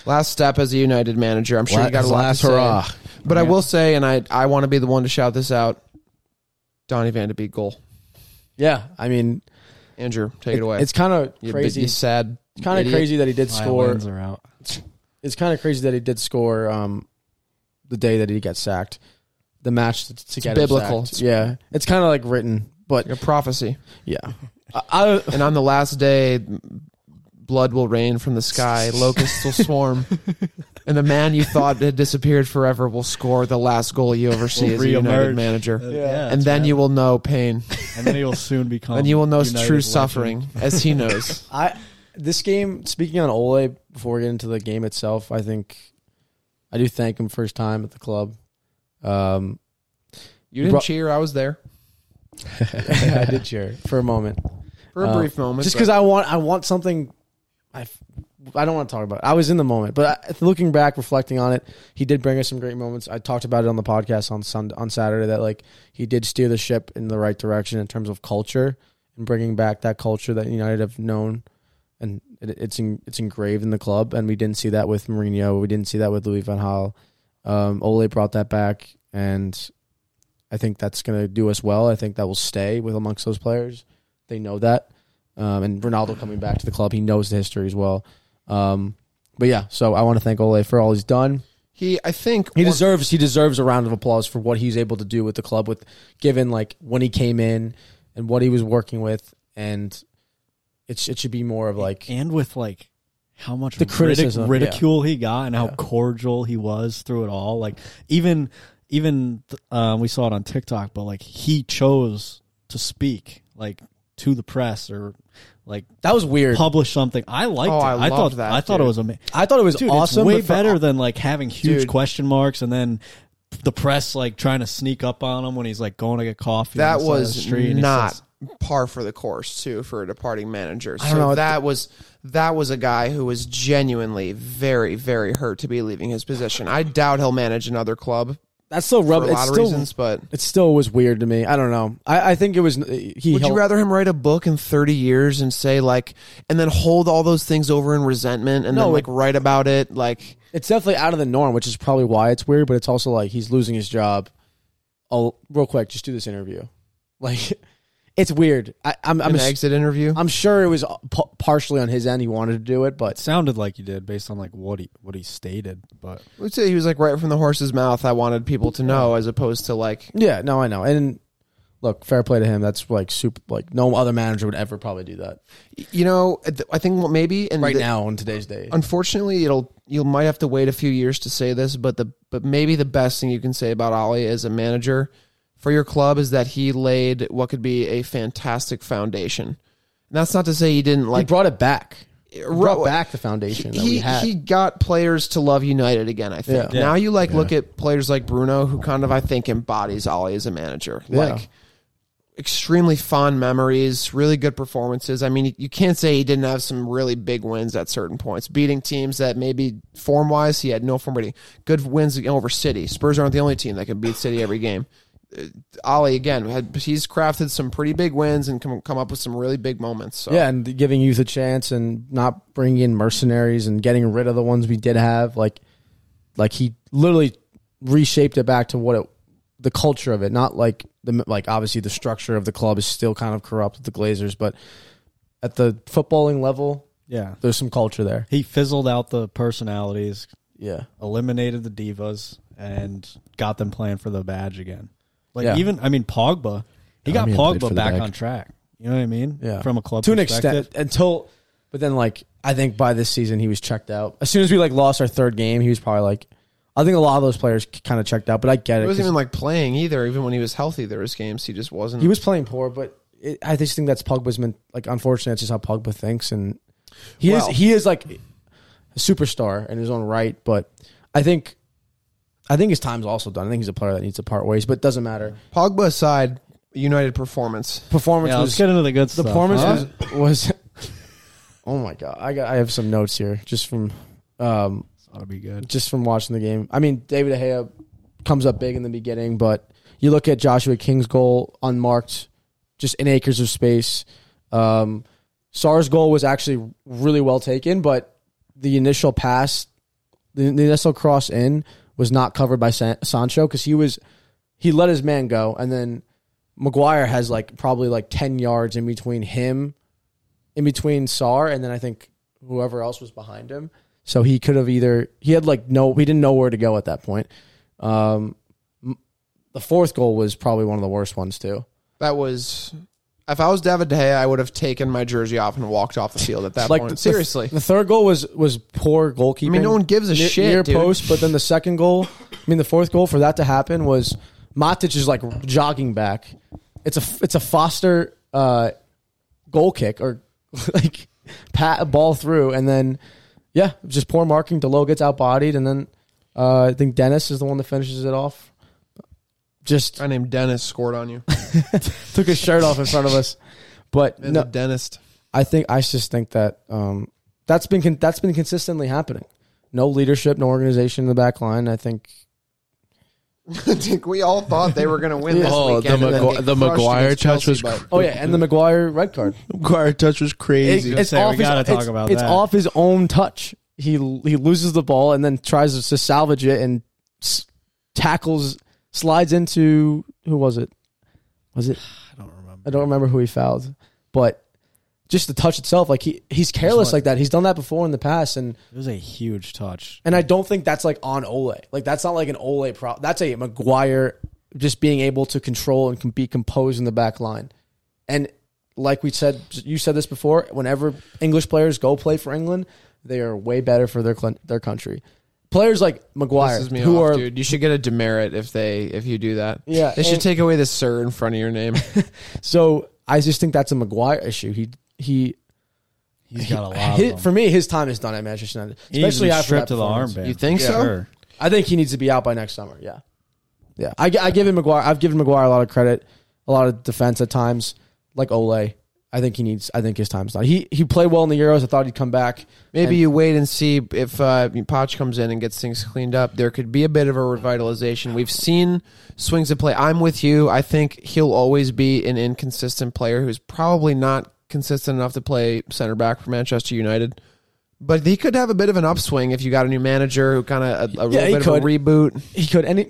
S2: last step as a United manager. I'm sure he got a
S4: His
S2: lot
S4: last
S2: to say.
S4: hurrah.
S2: But I will say, and I I want to be the one to shout this out. Donny Van de Beek goal.
S1: Yeah, I mean,
S2: Andrew, take it,
S1: it-
S2: away.
S1: it's kind of
S2: you,
S1: crazy.
S2: You sad.
S1: It's kind of
S2: idiot.
S1: crazy that he did score.
S3: Violins are out.
S1: it's kind of crazy that he did score um, the day that he got sacked, the match to, to get him
S2: biblical.
S1: sacked. Yeah, it's kind of like written, but
S2: Like a prophecy.
S1: yeah, I, I,
S2: And on the last day, blood will rain from the sky, locusts will swarm, and the man you thought had disappeared forever will score the last goal you ever see
S3: Will
S2: as a United
S3: reemerge.
S2: manager.
S3: yeah,
S2: and
S3: it's
S2: then
S3: bad.
S2: you will know pain,
S3: and then he will soon
S1: [LAUGHS]
S3: become.
S2: and you will know his
S3: United
S2: true
S3: legend.
S2: suffering as he [LAUGHS] knows.
S1: I this game. Speaking on Ole, before we get into the game itself, I think I do thank him for his time at the club. Um, [LAUGHS]
S2: You didn't
S1: Bro-
S2: cheer. I was there
S1: I did cheer for a moment,
S2: for a
S1: Uh,
S2: brief moment.
S1: just
S2: but
S1: because I want I want something. I f- I don't want to talk about. It. I was in the moment, but I, looking back, reflecting on it, he did bring us some great moments. I talked about it on the podcast on Sunday, on Saturday that like he did steer the ship in the right direction in terms of culture and bringing back that culture that United have known. And it, it's in, it's engraved in the club, and we didn't see that with Mourinho. We didn't see that with Louis Van Gaal. Um, Ole brought that back, and I think that's going to do us well. I think that will stay with amongst those players. They know that. Um, and Ronaldo coming back to the club, he knows the history as well. Um, but yeah, so I want to thank Ole for all he's done.
S2: he, I think
S1: He
S2: one-
S1: deserves he deserves a round of applause for what he's able to do with the club, with given like when he came in and what he was working with, and it's it should be more of like
S3: and with like how much
S1: The
S3: ridic-
S1: criticism, yeah.
S3: ridicule he got and how
S1: Yeah.
S3: cordial he was through it all like even even th- um, we saw it on tiktok but like he chose to speak like to the press or like
S1: that was weird.
S3: publish something i liked
S2: Oh,
S3: it
S2: I
S3: i,
S2: loved
S3: thought
S2: that,
S3: i thought
S2: dude.
S3: it was amazing
S1: I thought it was
S3: dude
S1: awesome.
S3: it's way
S1: but for-
S3: better than like having huge
S2: Dude.
S3: question marks and then the press like trying to sneak up on him when he's like going to get coffee
S2: that
S3: on the side of the
S2: was
S3: street and he
S2: not
S3: says-
S2: par for the course too for a departing manager. So
S1: don't know what
S2: that was that was a guy who was genuinely very very hurt to be leaving his position. I doubt he'll manage another club
S1: that's still
S2: for a
S1: rub. It
S2: lot of
S1: still
S2: reasons, but
S1: it still was weird to me. I don't know. I, I think it was he.
S2: would you
S1: helped-
S2: rather him write a book in 30 years and say like and then hold all those things over in resentment and
S1: No,
S2: then
S1: it-
S2: like write about it like
S1: It's definitely out of the norm, which is probably why it's weird. But it's also like he's losing his job. Oh, real quick, just do this interview. [LAUGHS] Like, it's weird. I, I'm I'm,
S2: an
S1: s-
S2: exit interview?
S1: I'm sure it was p- partially on his end. He wanted to do it,
S3: it
S1: but
S3: sounded like you did based on like what he what he stated but
S2: Let's say he was like right from the horse's mouth I wanted people to know as opposed to like
S1: yeah, no, I know. And look, fair play to him. That's like super. Like no other manager would ever probably do that
S2: you know I think maybe and
S1: right
S2: the-
S1: now in today's day.
S2: unfortunately it'll you might have to wait a few years to say this but the but maybe the best thing you can say about Ollie as a manager for your club is that he laid what could be a fantastic foundation. And that's not to say he didn't
S1: he
S2: like
S1: brought it back. He brought
S2: Ro-
S1: back the foundation that
S2: he,
S1: we had.
S2: he got players to love United again. I think
S1: Yeah.
S2: now you like look at players like Bruno, who kind of I think embodies Ollie as a manager.
S1: Yeah.
S2: Like extremely fond memories, really good performances. I mean, you- you can't say he didn't have some really big wins at certain points, beating teams that maybe form wise he had no form. really. Good wins over City. Spurs aren't the only team that can beat City every game. Uh, Ollie again had he's crafted some pretty big wins and come come up with some really big moments. So.
S1: Yeah, and giving youth a chance and not bringing in mercenaries and getting rid of the ones we did have. Like, like he literally reshaped it back to what it, the culture of it. Not like the like obviously the structure of the club is still kind of corrupt with the Glazers, but at the footballing level,
S3: yeah
S1: there's some culture there.
S3: he fizzled out the personalities,
S1: Yeah,
S3: eliminated the divas, and got them playing for the badge again. Like
S1: Yeah.
S3: even I mean Pogba, he got
S4: mean, played for
S3: Pogba
S4: the
S3: back
S4: badge.
S3: on track. You know what I mean?
S1: yeah,
S3: From a club
S1: to an
S3: perspective.
S1: extent until, but then like I think by this season he was checked out. As soon as we like lost our third game, he was probably like. I think a lot of those players kind of checked out, but I get it.
S2: He
S1: 'cause-
S2: wasn't even like playing either. Even when he was healthy, there was games he just wasn't.
S1: He was playing poor, but it, I just think that's Pogba's meant. Like, unfortunately, that's just how Pogba thinks, and he
S2: Well-
S1: is he is like a superstar in his own right. But I think, I think his time's also done. I think he's a player that needs to part ways, but it doesn't matter.
S2: Pogba aside, United performance.
S1: Performance
S3: Yeah, let's
S1: was
S3: get into the good
S1: the
S3: stuff.
S1: performance
S3: huh?
S1: was [LAUGHS] was. Oh my god, I got I have some notes here just from, um,
S3: ought to be good.
S1: just from watching the game. I mean, David De Gea comes up big in the beginning, but you look at Joshua King's goal unmarked, just in acres of space. Um, Sar's goal was actually really well taken, but the initial pass, the, the initial cross in, was not covered by San- Sancho because he was he let his man go, and then Maguire has like probably like ten yards in between him, in between Sar, and then I think whoever else was behind him. So he could have either he had like no he didn't know where to go at that point. Um, m- the fourth goal was probably one of the worst ones too.
S2: That was. If I was David De Gea, I would have taken my jersey off and walked off the field at that
S1: Like
S2: point.
S1: the- the-
S2: Seriously,
S1: the third goal was was poor goalkeeping.
S2: I mean, no one gives a
S1: near,
S2: shit,
S1: near
S2: dude.
S1: post. But then the second goal, I mean, the fourth goal for that to happen was Matic is like jogging back. It's a it's a Foster uh, goal kick or [LAUGHS] like pat a ball through, and then yeah, just poor marking. Delo gets outbodied, and then uh, I think Dennis is the one that finishes it off. Just
S2: I named Dennis scored on
S1: [LAUGHS]
S2: you.
S1: took his shirt off in front of us, but
S2: And
S1: no,
S2: the dentist.
S1: I think I just think that um, that's been con- that's been consistently happening. No leadership, no organization in the back line. I think
S2: I think we all thought they were going to win this
S4: Oh, the
S2: weekend. and then
S4: Magu-
S2: get
S4: the
S2: crushed
S4: Maguire
S2: against
S4: touch was
S2: Chelsea,
S1: Oh yeah, and the McGuire red card.
S4: Guard touch was
S1: It-
S4: crazy.
S3: Say, we gotta
S1: his,
S3: talk
S1: it's,
S3: about
S1: it's
S3: that.
S1: off his own touch. He he loses the ball and then tries to salvage it and s- tackles slides into who was it? Was it
S3: [SIGHS] I don't remember.
S1: I don't remember who he fouled, but just the touch itself like he he's careless
S3: what-
S1: like that. He's done that before in the past and
S3: It was a huge touch.
S1: And I don't think that's like on Ole. Like that's not like an Ole pro. That's a McGuire just being able to control and can be composed in the back line. And like we said, you said this before. Whenever English players go play for England, they are way better for their clin- their country. Players like McGuire,
S2: Pisses me
S1: who are
S2: off, dude. You should get a demerit if they if you do that.
S1: Yeah,
S2: they should
S1: and-
S2: take away the sir in front of
S1: [LAUGHS]
S2: your name.
S1: so, I just think that's a McGuire issue. He he,
S3: He's got a lot.
S1: hi-
S3: of them.
S1: for me, his time is done at Manchester United,
S3: He needs to
S1: especially
S3: be
S1: after that
S3: stripped of the
S1: performance.
S3: armband.
S2: You think
S3: Yeah.
S2: so?
S3: Sure.
S1: I think he needs to be out by next summer. Yeah, yeah. I, gi- I give him McGuire. I've given McGuire a lot of credit, a lot of defense at times, like Ole. I think he needs. I think his time's done. He he played well in the Euros. I thought he'd come back.
S2: Maybe
S1: And-
S2: you wait and see if uh, Poch comes in and gets things cleaned up. There could be a bit of a revitalization. We've seen swings of play. I'm with you. I think he'll always be an inconsistent player who's probably not consistent enough to play center back for Manchester United. But he could have a bit of an upswing if you got a new manager who kind of a, a
S1: Yeah, he
S2: little bit
S1: could.
S2: of a reboot.
S1: He could. And he,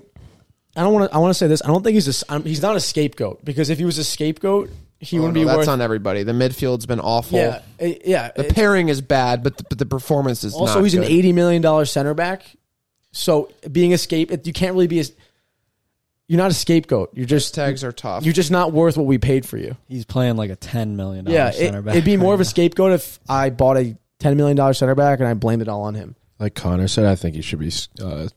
S1: I don't want to. I want to say this. I don't think he's a. s- I'm- He's not a scapegoat because if he was a scapegoat, he
S2: Oh,
S1: wouldn't
S2: no,
S1: be
S2: that's
S1: worth.
S2: on everybody. The midfield's been awful.
S1: yeah, eh, yeah.
S2: The
S1: It-
S2: pairing is bad, but the, but the performance is
S1: also,
S2: not
S1: he's
S2: good.
S1: an eighty million dollar center back. So being a scape, you can't really be. A, you're not a scapegoat. You're just
S2: Tags are tough.
S1: you're just not worth what we paid for you.
S3: He's playing like a ten million dollar
S1: Yeah, it,
S3: center back.
S1: it'd be more of a
S3: right
S1: scapegoat if I bought a ten million dollar center back and I blamed it all on him.
S4: Like Connor said, I think he should be. Uh,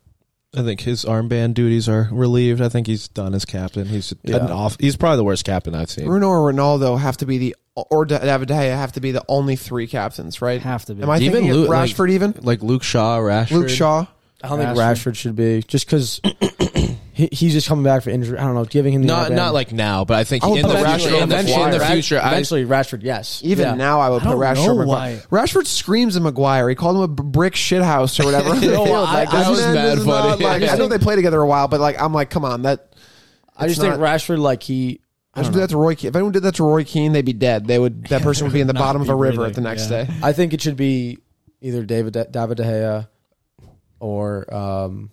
S4: I think his armband duties are relieved. I think he's done as captain. He's an off. He's probably the worst captain I've seen.
S2: Bruno or Ronaldo have to be the or David De Gea have to be the only three captains, right?
S3: now. have to be.
S2: Am I
S4: Even
S2: thinking of
S4: Lu- like-
S2: Rashford? even
S4: like Luke Shaw, Rashford,
S2: Luke Shaw.
S1: I don't think Rashford should be just because [COUGHS] he, he's just coming back for injury. I don't know, giving him the
S4: Not
S1: armband.
S4: not like now, but I think
S2: I would
S4: in, the
S2: put Rashford
S4: future,
S2: on
S4: in,
S2: the
S4: the future,
S2: flyer.
S4: in the
S1: Ra-
S4: future, I,
S1: eventually Rashford. Yes,
S2: Even
S1: Yeah.
S2: now, I would
S3: I
S2: put
S3: don't
S2: Rashford.
S3: know
S2: over
S3: why-
S2: Maguire. Rashford screams at Maguire. He called him a b- brick shit house or
S4: [LAUGHS]
S2: whatever. on the
S1: No,
S2: field.
S1: I-
S2: Like,
S1: I
S2: this
S1: was
S2: man
S4: mad
S2: is not,
S4: funny.
S2: like- I know they played together a while, but like I'm like, come on, that.
S1: I just
S2: it's
S1: think Rashford like he. I,
S2: I should do that to Roy Keane. If anyone did that to Roy Keane, they'd be dead. They would. That person would be in the
S3: Not
S2: bottom of
S3: be
S2: a river
S3: breathing,
S2: at the next
S3: yeah.
S2: day.
S1: I think it should be either David De- David De Gea or um,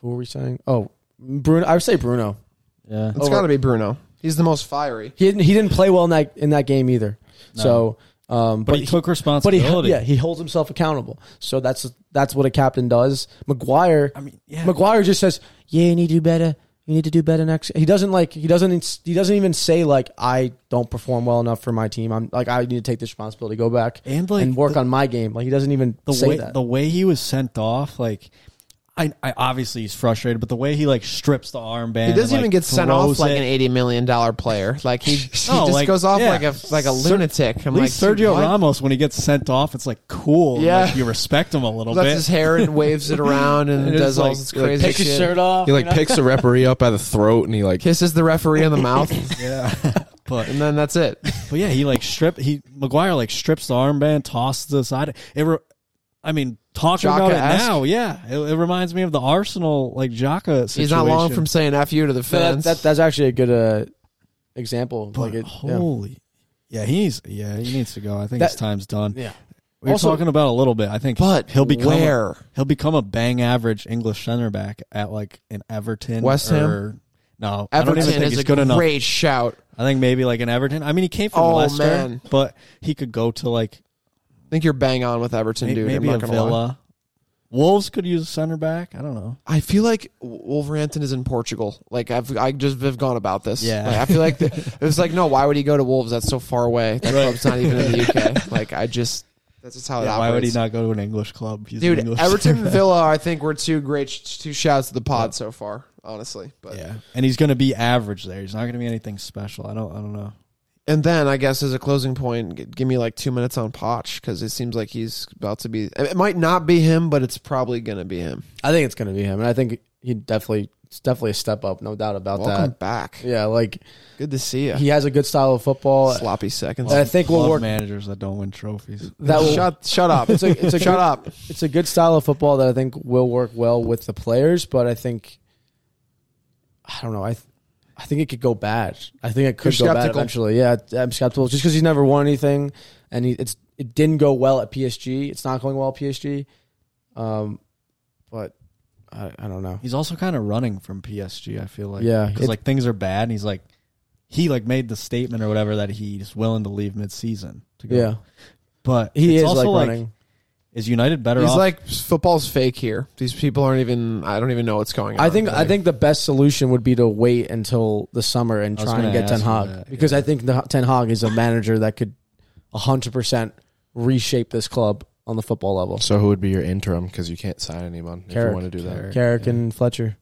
S1: who are we saying? Oh, Bruno. I would say Bruno.
S3: [LAUGHS] Yeah.
S2: It's
S1: Over-
S2: got to be Bruno. He's the most fiery.
S1: He didn't. He didn't play well in that in that game either.
S3: No.
S1: So, um,
S3: But, he took
S1: But he,
S3: responsibility.
S1: yeah, he holds himself accountable. So that's that's what a captain does. McGuire,
S3: I mean, yeah.
S1: McGuire just says, "Yeah, you need to do better. You need to do better next." He doesn't like he doesn't ins- he doesn't even say like I don't perform well enough for my team. I'm like I need to take this responsibility, go back
S3: And, like,
S1: and work
S3: the-
S1: on my game. Like he doesn't even
S3: the
S1: say
S3: way
S1: that.
S3: the way he was sent off, like I, I obviously he's frustrated, but the way he like strips the armband,
S2: He doesn't
S3: and,
S2: even
S3: like,
S2: get sent off
S3: throws
S2: like
S3: it.
S2: an eighty million dollar player. Like
S3: [LAUGHS]
S2: he, he
S3: No,
S2: just
S3: like-
S2: goes off
S3: yeah.
S2: like a like a
S3: Cer-
S2: lunatic. I'm
S3: At least
S2: like
S3: Sergio
S2: what?
S3: Ramos, when he gets sent off, it's like cool.
S2: Yeah.
S3: Yeah, you respect him a little
S2: Lets
S3: bit.
S2: his hair and waves
S3: [LAUGHS]
S2: it around and,
S4: And it's
S2: does all
S4: like-
S2: this
S4: like,
S2: crazy
S4: pick his
S2: shit.
S1: off.
S4: he like picks the referee up by the throat and he like
S2: Kisses the referee
S3: [LAUGHS]
S2: on the mouth, [LAUGHS]
S3: yeah, but
S2: and then that's it.
S3: but yeah, he like strip he McGuire like strips the armband, tosses it aside. It, re, I mean, talking about it
S2: Xhaka-esque.
S3: now, yeah, it, it reminds me of the Arsenal like Jaka situation.
S2: He's not long from saying "f you" to the
S1: So that,
S2: fans.
S1: that- that's actually a good uh, example.
S3: But
S1: like it, yeah.
S3: holy, yeah. he's yeah, he needs to go. I think
S1: That-
S3: his time's done.
S1: Yeah.
S3: We were
S1: Also-
S3: talking about a little bit. I think,
S2: but
S3: he'll become a-
S2: where
S3: he'll become a bang average English center back at like an Everton,
S2: West Ham?
S3: or- no, I don't even
S2: Everton
S3: think
S2: is
S3: he's
S2: a
S3: good
S2: great
S3: enough.
S2: shout.
S3: I think maybe like an Everton. I mean, he came from
S2: Oh,
S3: Leicester,
S2: man.
S3: but he could go to like
S2: I think you're bang on with Everton,
S3: may-
S2: dude.
S3: maybe
S2: I'm
S3: a
S2: not gonna lie.
S3: Villa. Wolves could use a center back. I don't know.
S2: I feel like Wolverhampton is in Portugal. Like I've I just have gone about this.
S3: Yeah.
S2: Like, I feel
S3: [LAUGHS]
S2: like the, it was like no, why would he go to Wolves? That's so far away. That club's not even in
S3: [LAUGHS]
S2: the UK. Like I just that's just how it
S3: Yeah,
S2: Oh, operates.
S3: why would he not go to an English club? He's an
S2: Dude,
S3: English [LAUGHS]
S2: Everton
S3: center
S2: and
S3: back.
S2: Villa, I think were two great sh- two shouts to the pod so far. Honestly, but
S3: Yeah, and he's going to be average there. He's not going to be anything special. I don't. I don't know.
S2: and then I guess as a closing point, g- give me like two minutes on Poch because it seems like he's about to be. It might not be him, but it's probably gonna be him.
S1: I think it's gonna be him, and I think he definitely it's definitely a step up, no doubt about
S3: uh,
S2: Welcome
S1: that.
S2: back.
S1: Yeah, like
S2: Good to see you.
S1: he has a good style of football.
S2: Sloppy seconds.
S1: I think will
S3: Love
S1: work.
S3: managers that don't win trophies.
S1: [LAUGHS] That will,
S2: [LAUGHS] shut shut up.
S1: It's a, it's a
S3: [LAUGHS]
S2: shut
S1: good,
S2: up.
S1: It's a good style of football that I think will work well with the players, but I think I don't know. I th- I think it could go bad. I think it could
S2: You're
S1: go bad
S2: skeptical.
S1: eventually. Yeah, I'm skeptical just because he's never won anything, and he, it's it didn't go well at PSG. It's not going well at PSG. Um, but I, I don't know.
S3: He's also kind of running from PSG. I feel like
S1: Yeah,
S3: because
S1: it-
S3: like things are bad, and he's like he like made the statement or whatever that he's willing to leave mid-season to go.
S1: Yeah,
S3: but
S1: he
S3: it's
S1: is
S3: also
S1: like
S3: like,
S1: running.
S3: is United better
S2: He's
S3: off?
S2: like football's fake here. These people aren't even. I don't even know what's going on.
S1: I think I think the best solution would be to wait until the summer and
S3: I was
S1: try and
S3: gonna
S1: get Ten
S3: ask you
S1: Hag
S3: that,
S1: because
S3: yeah.
S1: I think the, Ten Hag is a manager that could 100% reshape this club on the football level.
S4: So who would be your interim? Because you can't sign anyone if
S1: Carrick.
S4: you want to do that.
S3: Carrick.
S1: Carrick and Fletcher.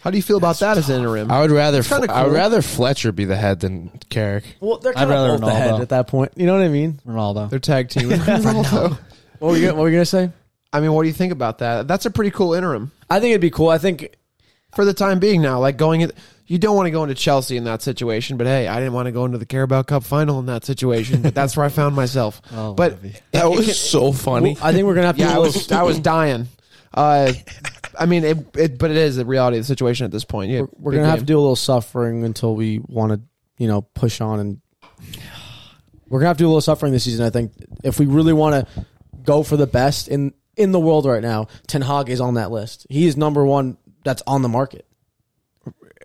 S2: How do you feel about that as an interim?
S4: I would rather F-
S2: kinda
S4: I would
S2: cool.
S4: rather Fletcher be the head than Carrick.
S1: Well, they're
S3: kinda rather both Ronaldo. ahead
S1: at
S3: at
S1: that point. You know what I mean?
S3: Ronaldo.
S2: They're tag team. Ronaldo.
S1: What were you, what were you going to say?
S2: I mean, what do you think about that? That's a pretty cool interim
S1: I think it'd be cool. I think
S2: for the time being. Now, like going, in, you don't want to go into Chelsea in that situation. But hey, I didn't want to go into the Carabao Cup final in that situation. But that's where I found myself.
S3: Oh,
S2: but
S3: Levy.
S4: That was so funny.
S1: I think we're going to have to
S2: yeah, I was I was dying. Uh, I mean, it, it, but it is the reality of the situation at this point. Yeah,
S1: we're, we're
S2: big
S1: going to have
S2: game.
S1: to do a little suffering until we want to, you know, push on and we're going to have to do a little suffering this season. I think if we really want to go for the best in in the world right now, Ten Hag is on that list. He is number one. That's on the market.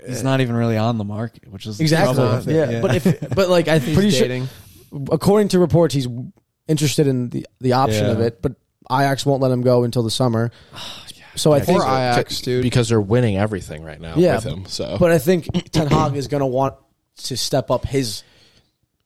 S3: He's not even really on the market, which is the trouble with it.
S1: Yeah. But if but like I'm
S2: He's
S1: pretty sure,
S2: dating.
S1: according to reports, he's interested in the the option
S3: Yeah.
S1: of it. But Ajax won't let him go until the summer. So I
S4: Yeah,
S1: think
S2: Or Ajax, dude.
S4: because they're winning everything right now
S1: Yeah,
S4: with him. So
S1: But I think Ten Hag is going to want to step up his,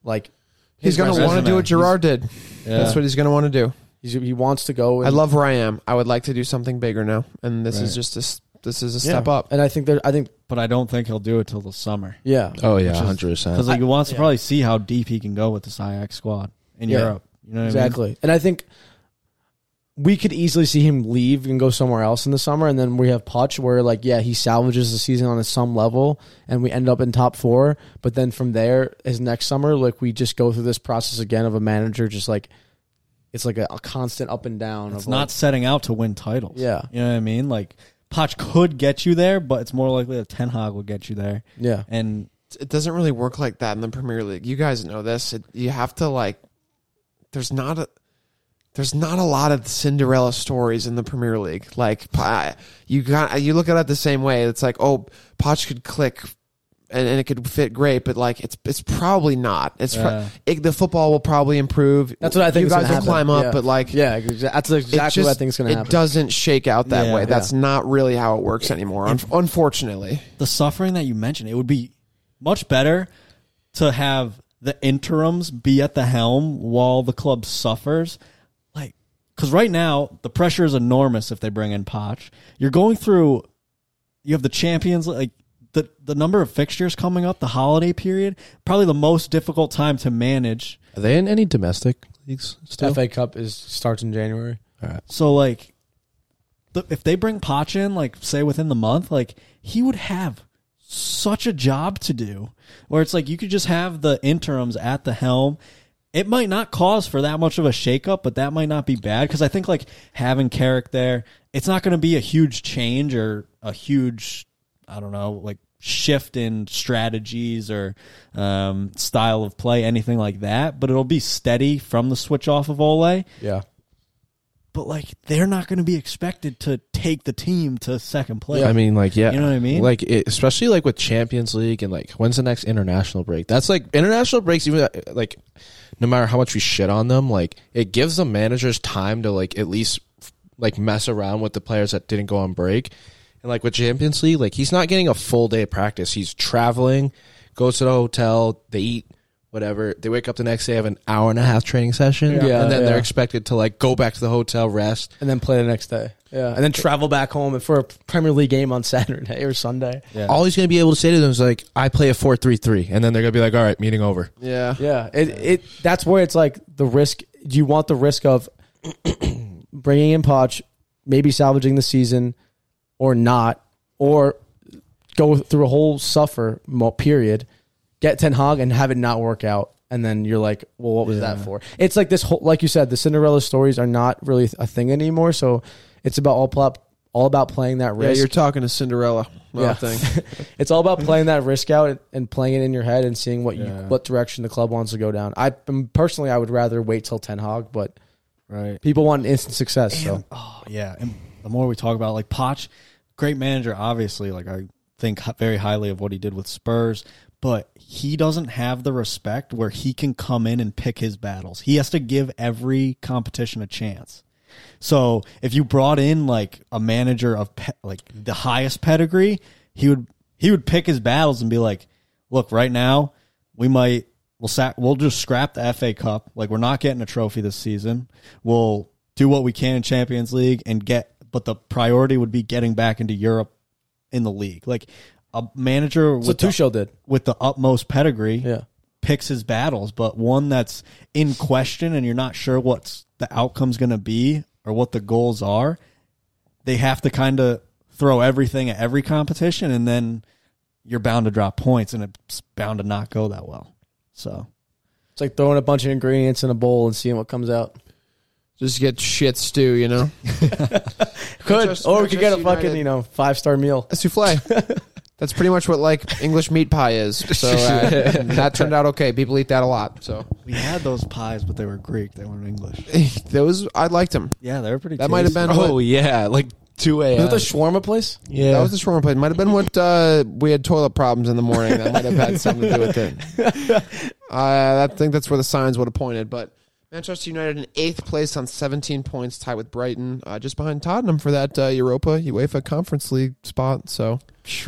S1: like,
S2: He's going to want to
S3: resume.
S2: do what Gerard did.
S3: Yeah.
S2: That's what he's going to want to do.
S1: he's, he wants to go. And,
S2: I love where I am. I would like to do something bigger now, and this
S3: Right.
S2: is just a, s- this is a
S1: yeah.
S2: step up.
S1: and I think there. I think
S3: but I don't think he'll do it till the summer
S1: yeah,
S4: oh yeah,
S3: Which is-
S4: hundred
S3: because
S4: percent.
S3: like he wants
S1: yeah.
S3: to probably see how deep he can go with this Ajax squad in
S1: Yeah.
S3: Europe. You know what
S1: exactly. And I think we could easily see him leave and go somewhere else in the summer, and then we have Poch, where like yeah, he salvages the season on some level, and we end up in top four. But then from there, his next summer, like we just go through this process again of a manager just like it's like a, a constant up and
S3: I
S1: down.
S3: mean? It's
S1: of
S3: not setting out to win titles.
S1: Yeah.
S3: You know what I mean? Like Poch could get you there, but it's more likely that Ten Hag will get you there.
S1: like, yeah.
S3: And
S2: It doesn't really work like that in the Premier League. You guys know this. It, you have to like. There's not a. There's not a lot of Cinderella stories in the Premier League. Like Pa- you got, you look at it the same way. It's like, oh, Poch could click, and, and it could fit great, but like it's it's probably not. It's pro-
S3: Yeah.
S2: it, the football will probably improve.
S1: That's what I think
S2: You
S1: is
S2: guys
S1: gonna happen.
S2: will climb up,
S1: Yeah.
S2: but like
S1: Yeah, exa- that's
S2: It
S1: exactly what I
S2: just-
S1: think is going to happen.
S2: It doesn't shake out that
S3: Yeah.
S2: way. That's not really how it works anymore. un- unfortunately,
S3: the suffering that you mentioned, it would be much better to have the interims be at the helm while the club suffers. Like, because right now the pressure is enormous if they bring in Poch. You're going through, you have the Champions League, like the the number of fixtures coming up, the holiday period, probably the most difficult time to manage.
S4: Are they in any domestic leagues still?
S1: FA Cup is starts in January.
S4: All right.
S3: So like, the, if they bring Poch in, like say within the month, like he would have such a job to do, where it's like you could just have the interims at the helm. It might not cause for that much of a shakeup, but that might not be bad because I think like having Carrick there, it's not going to be a huge change or a huge, I don't know, like shift in strategies or um, style of play, anything like that. But it'll be steady from the switch off of Ole
S1: Yeah,
S3: but like they're not going to be expected to take the team to second place.
S4: I mean, like, yeah,
S3: You know what I mean?
S4: Like, it, especially like with Champions League and like, when's the next international break? That's like international breaks. Even uh, like, no matter how much we shit on them, like, it gives the managers time to like at least f- like mess around with the players that didn't go on break. And like with Champions League, like he's not getting a full day of practice. He's traveling, goes to the hotel, they eat whatever. They wake up the next day, have an hour and a half training session,
S1: Yeah,
S4: and then
S1: yeah.
S4: they're expected to like go back to the hotel, rest.
S1: and then play the next day. Yeah, and then travel back home for a Premier League game on [LAUGHS] Saturday or Sunday.
S3: Yeah.
S4: All he's gonna be able to say to them is like, "I play a four three three, and then they're gonna be like, "All right, meeting over."
S2: Yeah.
S1: Yeah, it it that's where it's like the risk. Do you want the risk of [CLEARS THROAT] bringing in Poch, maybe salvaging the season, or not, or go through a whole suffer mo- period, get Ten Hag and have it not work out, and then you're like, well, what was that for? It's like this whole, like you said, the Cinderella stories are not really a thing anymore. So it's about all plop, all about playing that
S2: Yeah,
S1: risk.
S2: you're talking to Cinderella. Not
S1: Yeah.
S2: a thing. [LAUGHS]
S1: it's all about playing that risk out and playing it in your head and seeing what you
S3: Yeah.
S1: what direction the club wants to go down. I um, personally, I would rather wait till Ten Hog, but
S3: right.
S1: people want instant success. So
S3: Oh yeah, and the more we talk about like Poch, great manager, obviously. Like I think h- very highly of what he did with Spurs, but he doesn't have the respect where he can come in and pick his battles. He has to give every competition a chance. So if you brought in like a manager of pe- like the highest pedigree, he would he would pick his battles and be like, "Look, right now we might we'll sac- we'll just scrap the FA Cup. Like we're not getting a trophy this season. We'll do what we can in Champions League and get, but the priority would be getting back into Europe in the league. Like a manager
S1: so
S3: with the,
S1: Tuchel did,
S3: with the utmost pedigree,
S1: yeah,
S3: picks his battles, but one that's in question and you're not sure what's the outcome's going to be or what the goals are, they have to kind of throw everything at every competition and then you're bound to drop points and it's bound to not go that well. So,
S1: it's like throwing a bunch of ingredients in a bowl and seeing what comes out.
S2: Just get shit stew, you [LAUGHS] know?
S1: Could
S2: Manchester-
S1: or we could get a fucking
S2: Manchester United.
S1: you know five star meal.
S2: A souffle. That's pretty much what like English meat pie [LAUGHS] is. So uh, that turned out okay. People eat that a lot. So
S3: we had those pies, but they were Greek, they weren't English.
S2: those I liked them.
S3: Yeah, they were pretty
S2: That might have been what-
S4: Oh yeah, like two
S1: Is it
S4: a.m.
S1: the shawarma place?
S4: yeah,
S2: that was the shawarma plate. Might have been what uh, we had toilet problems in the morning. That might have
S3: [LAUGHS]
S2: had something to do with it. Uh, I think that's where the signs would have pointed. But Manchester United in eighth place on 17 points, tied with Brighton, uh, just behind Tottenham for that uh, Europa UEFA Conference League spot. So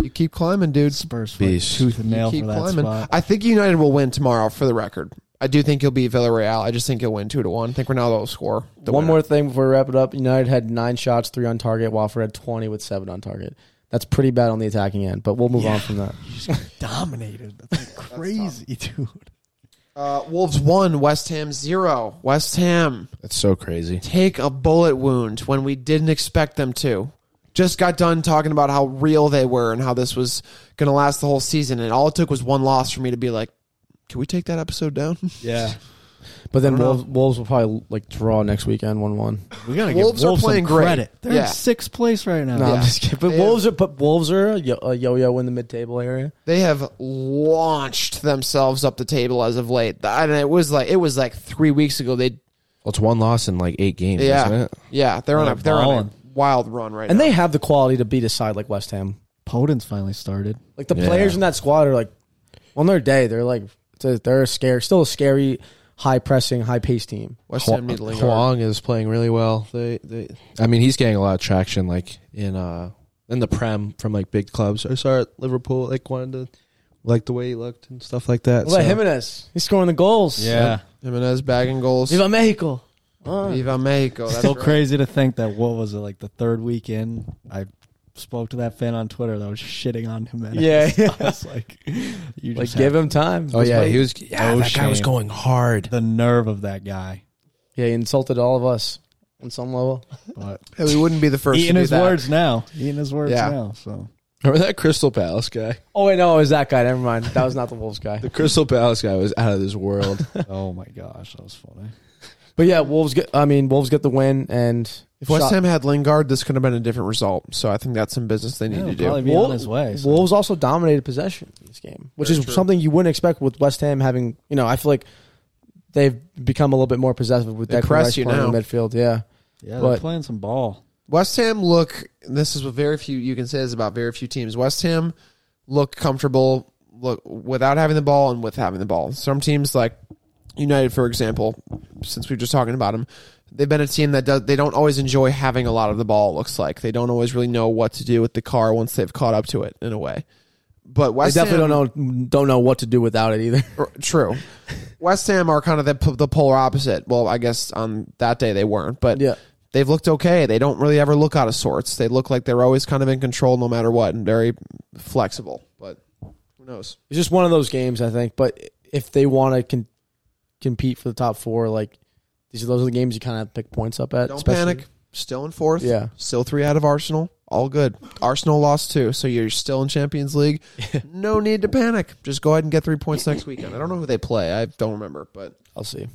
S2: you keep climbing, dude.
S3: Spurs for
S4: Beast.
S3: tooth and nail
S2: keep
S3: for that
S2: climbing.
S3: spot.
S2: I think United will win tomorrow. For the record, I do think he'll beat Villarreal. I just think he'll win two to one. I think Ronaldo will score. the
S1: One
S2: winner.
S1: more thing before we wrap it up. United had nine shots, three on target. Watford had twenty with seven on target. That's pretty bad on the attacking end, but we'll move
S3: Yeah.
S1: on from that.
S3: You just got dominated. That's like crazy, [LAUGHS] dude.
S2: Uh, Wolves one, West Ham zero. West Ham.
S4: that's so crazy.
S2: take a bullet wound when we didn't expect them to. Just got done talking about how real they were and how this was going to last the whole season. And all it took was one loss for me to be like, can we take that episode down? [LAUGHS]
S3: Yeah.
S1: But
S2: I
S1: then
S2: don't know.
S1: Wolves, Wolves will probably like draw next weekend one one.
S3: We gotta
S2: Wolves
S3: give
S2: are
S3: Wolves
S2: playing
S3: some
S2: great.
S3: credit. They're
S2: Yeah.
S3: in sixth place right now.
S1: No,
S2: Yeah.
S1: I'm just kidding. But
S2: They
S1: Wolves are but Wolves are a yo- a yo-yo in the mid-table area.
S2: they have launched themselves up the table as of late. And it was like it was like three weeks ago. They
S4: Well, it's one loss in like eight games,
S2: yeah
S4: isn't it?
S2: yeah they're on a
S3: They're
S2: they're on
S3: balling.
S2: a wild run right
S1: And
S2: now.
S1: they have the quality to beat a side like West Ham.
S3: Podence finally started.
S1: Like the
S4: Yeah.
S1: players in that squad are like on their day, they're like it's a- they're a scare still a scary high pressing, high paced team.
S2: West Ham need Lingard.
S4: Huang is playing really well. They, they, I mean, he's getting a lot of traction, like in uh in the prem from like big clubs. I saw at Liverpool, like wanted to like the way he looked and stuff like that.
S1: What about Jimenez? He's scoring the goals.
S2: Jimenez bagging goals.
S1: Viva Mexico. Ah.
S2: Viva Mexico. Oh, That's
S3: Still
S2: right.
S3: crazy to think that what was it like the third weekend? I spoke to that fan on Twitter that was shitting on him. [LAUGHS]
S1: Yeah, yeah.
S3: I was like, you
S1: Like
S3: just
S1: give him time.
S4: Oh
S1: That's
S4: yeah,
S1: why-
S4: he was. Yeah,
S3: No
S4: that guy was
S3: shame.
S4: going hard.
S3: have the nerve of that guy.
S1: yeah, he insulted all of us on some
S4: [LAUGHS]
S1: level.
S3: But
S2: We wouldn't be the first.
S3: eating
S2: to do
S3: his
S2: that.
S3: words now, eating his words
S2: Yeah.
S3: now.
S2: [LAUGHS]
S3: So
S4: Remember that Crystal Palace guy?
S1: Oh wait, no, it was that guy. Never mind. That was not the Wolves
S4: [LAUGHS]
S1: guy.
S4: The Crystal Palace guy was out of this world.
S3: oh my gosh, that was funny.
S1: But yeah, Wolves get I mean, Wolves get the win and
S2: If West
S1: shot-
S2: Ham had Lingard, this could have been a different result. So I think that's some business they need
S3: Yeah,
S2: to
S3: probably
S2: do.
S3: be
S1: Wol-
S3: on his way. so.
S1: Wolves also dominated possession in this game, which
S2: Very
S1: is
S2: true.
S1: something you wouldn't expect with West Ham having. You know, I feel like they've become a little bit more possessive with
S2: They
S1: that
S2: press
S1: press
S2: you
S1: playing in
S2: now.
S1: midfield. Yeah,
S3: yeah, they're
S1: but-
S3: playing some ball.
S2: West Ham look. and This is what very few you can say this about very few teams. West Ham look comfortable look without having the ball and with having the ball. Some teams like United, for example, since we were just talking about them, they've been a team that does they don't always enjoy having a lot of the ball. It looks like they don't always really know what to do with the car once they've caught up to it in a way. But
S1: I
S2: West
S1: definitely
S2: Ham,
S1: don't know don't know what to do without it either.
S2: R- True. West Ham are kind of the, the polar opposite. Well, I guess on that day they weren't,
S1: [LAUGHS]
S2: but
S1: Yeah.
S2: they've looked okay. They don't really ever look out of sorts. They look like they're always kind of in control no matter what and very flexible. But who knows?
S1: It's just one of those games, I think. But if they want to con- compete for the top four, like these are those are the games you kind of pick points up at.
S2: Don't
S1: especially-
S2: panic. Still in fourth.
S1: Yeah.
S2: Still three out of Arsenal. All good. Arsenal lost two, so you're still in
S1: [LAUGHS]
S2: Champions League. no need to panic. Just go ahead and get three points next weekend. I don't know who they play. I don't remember, but
S1: I'll see.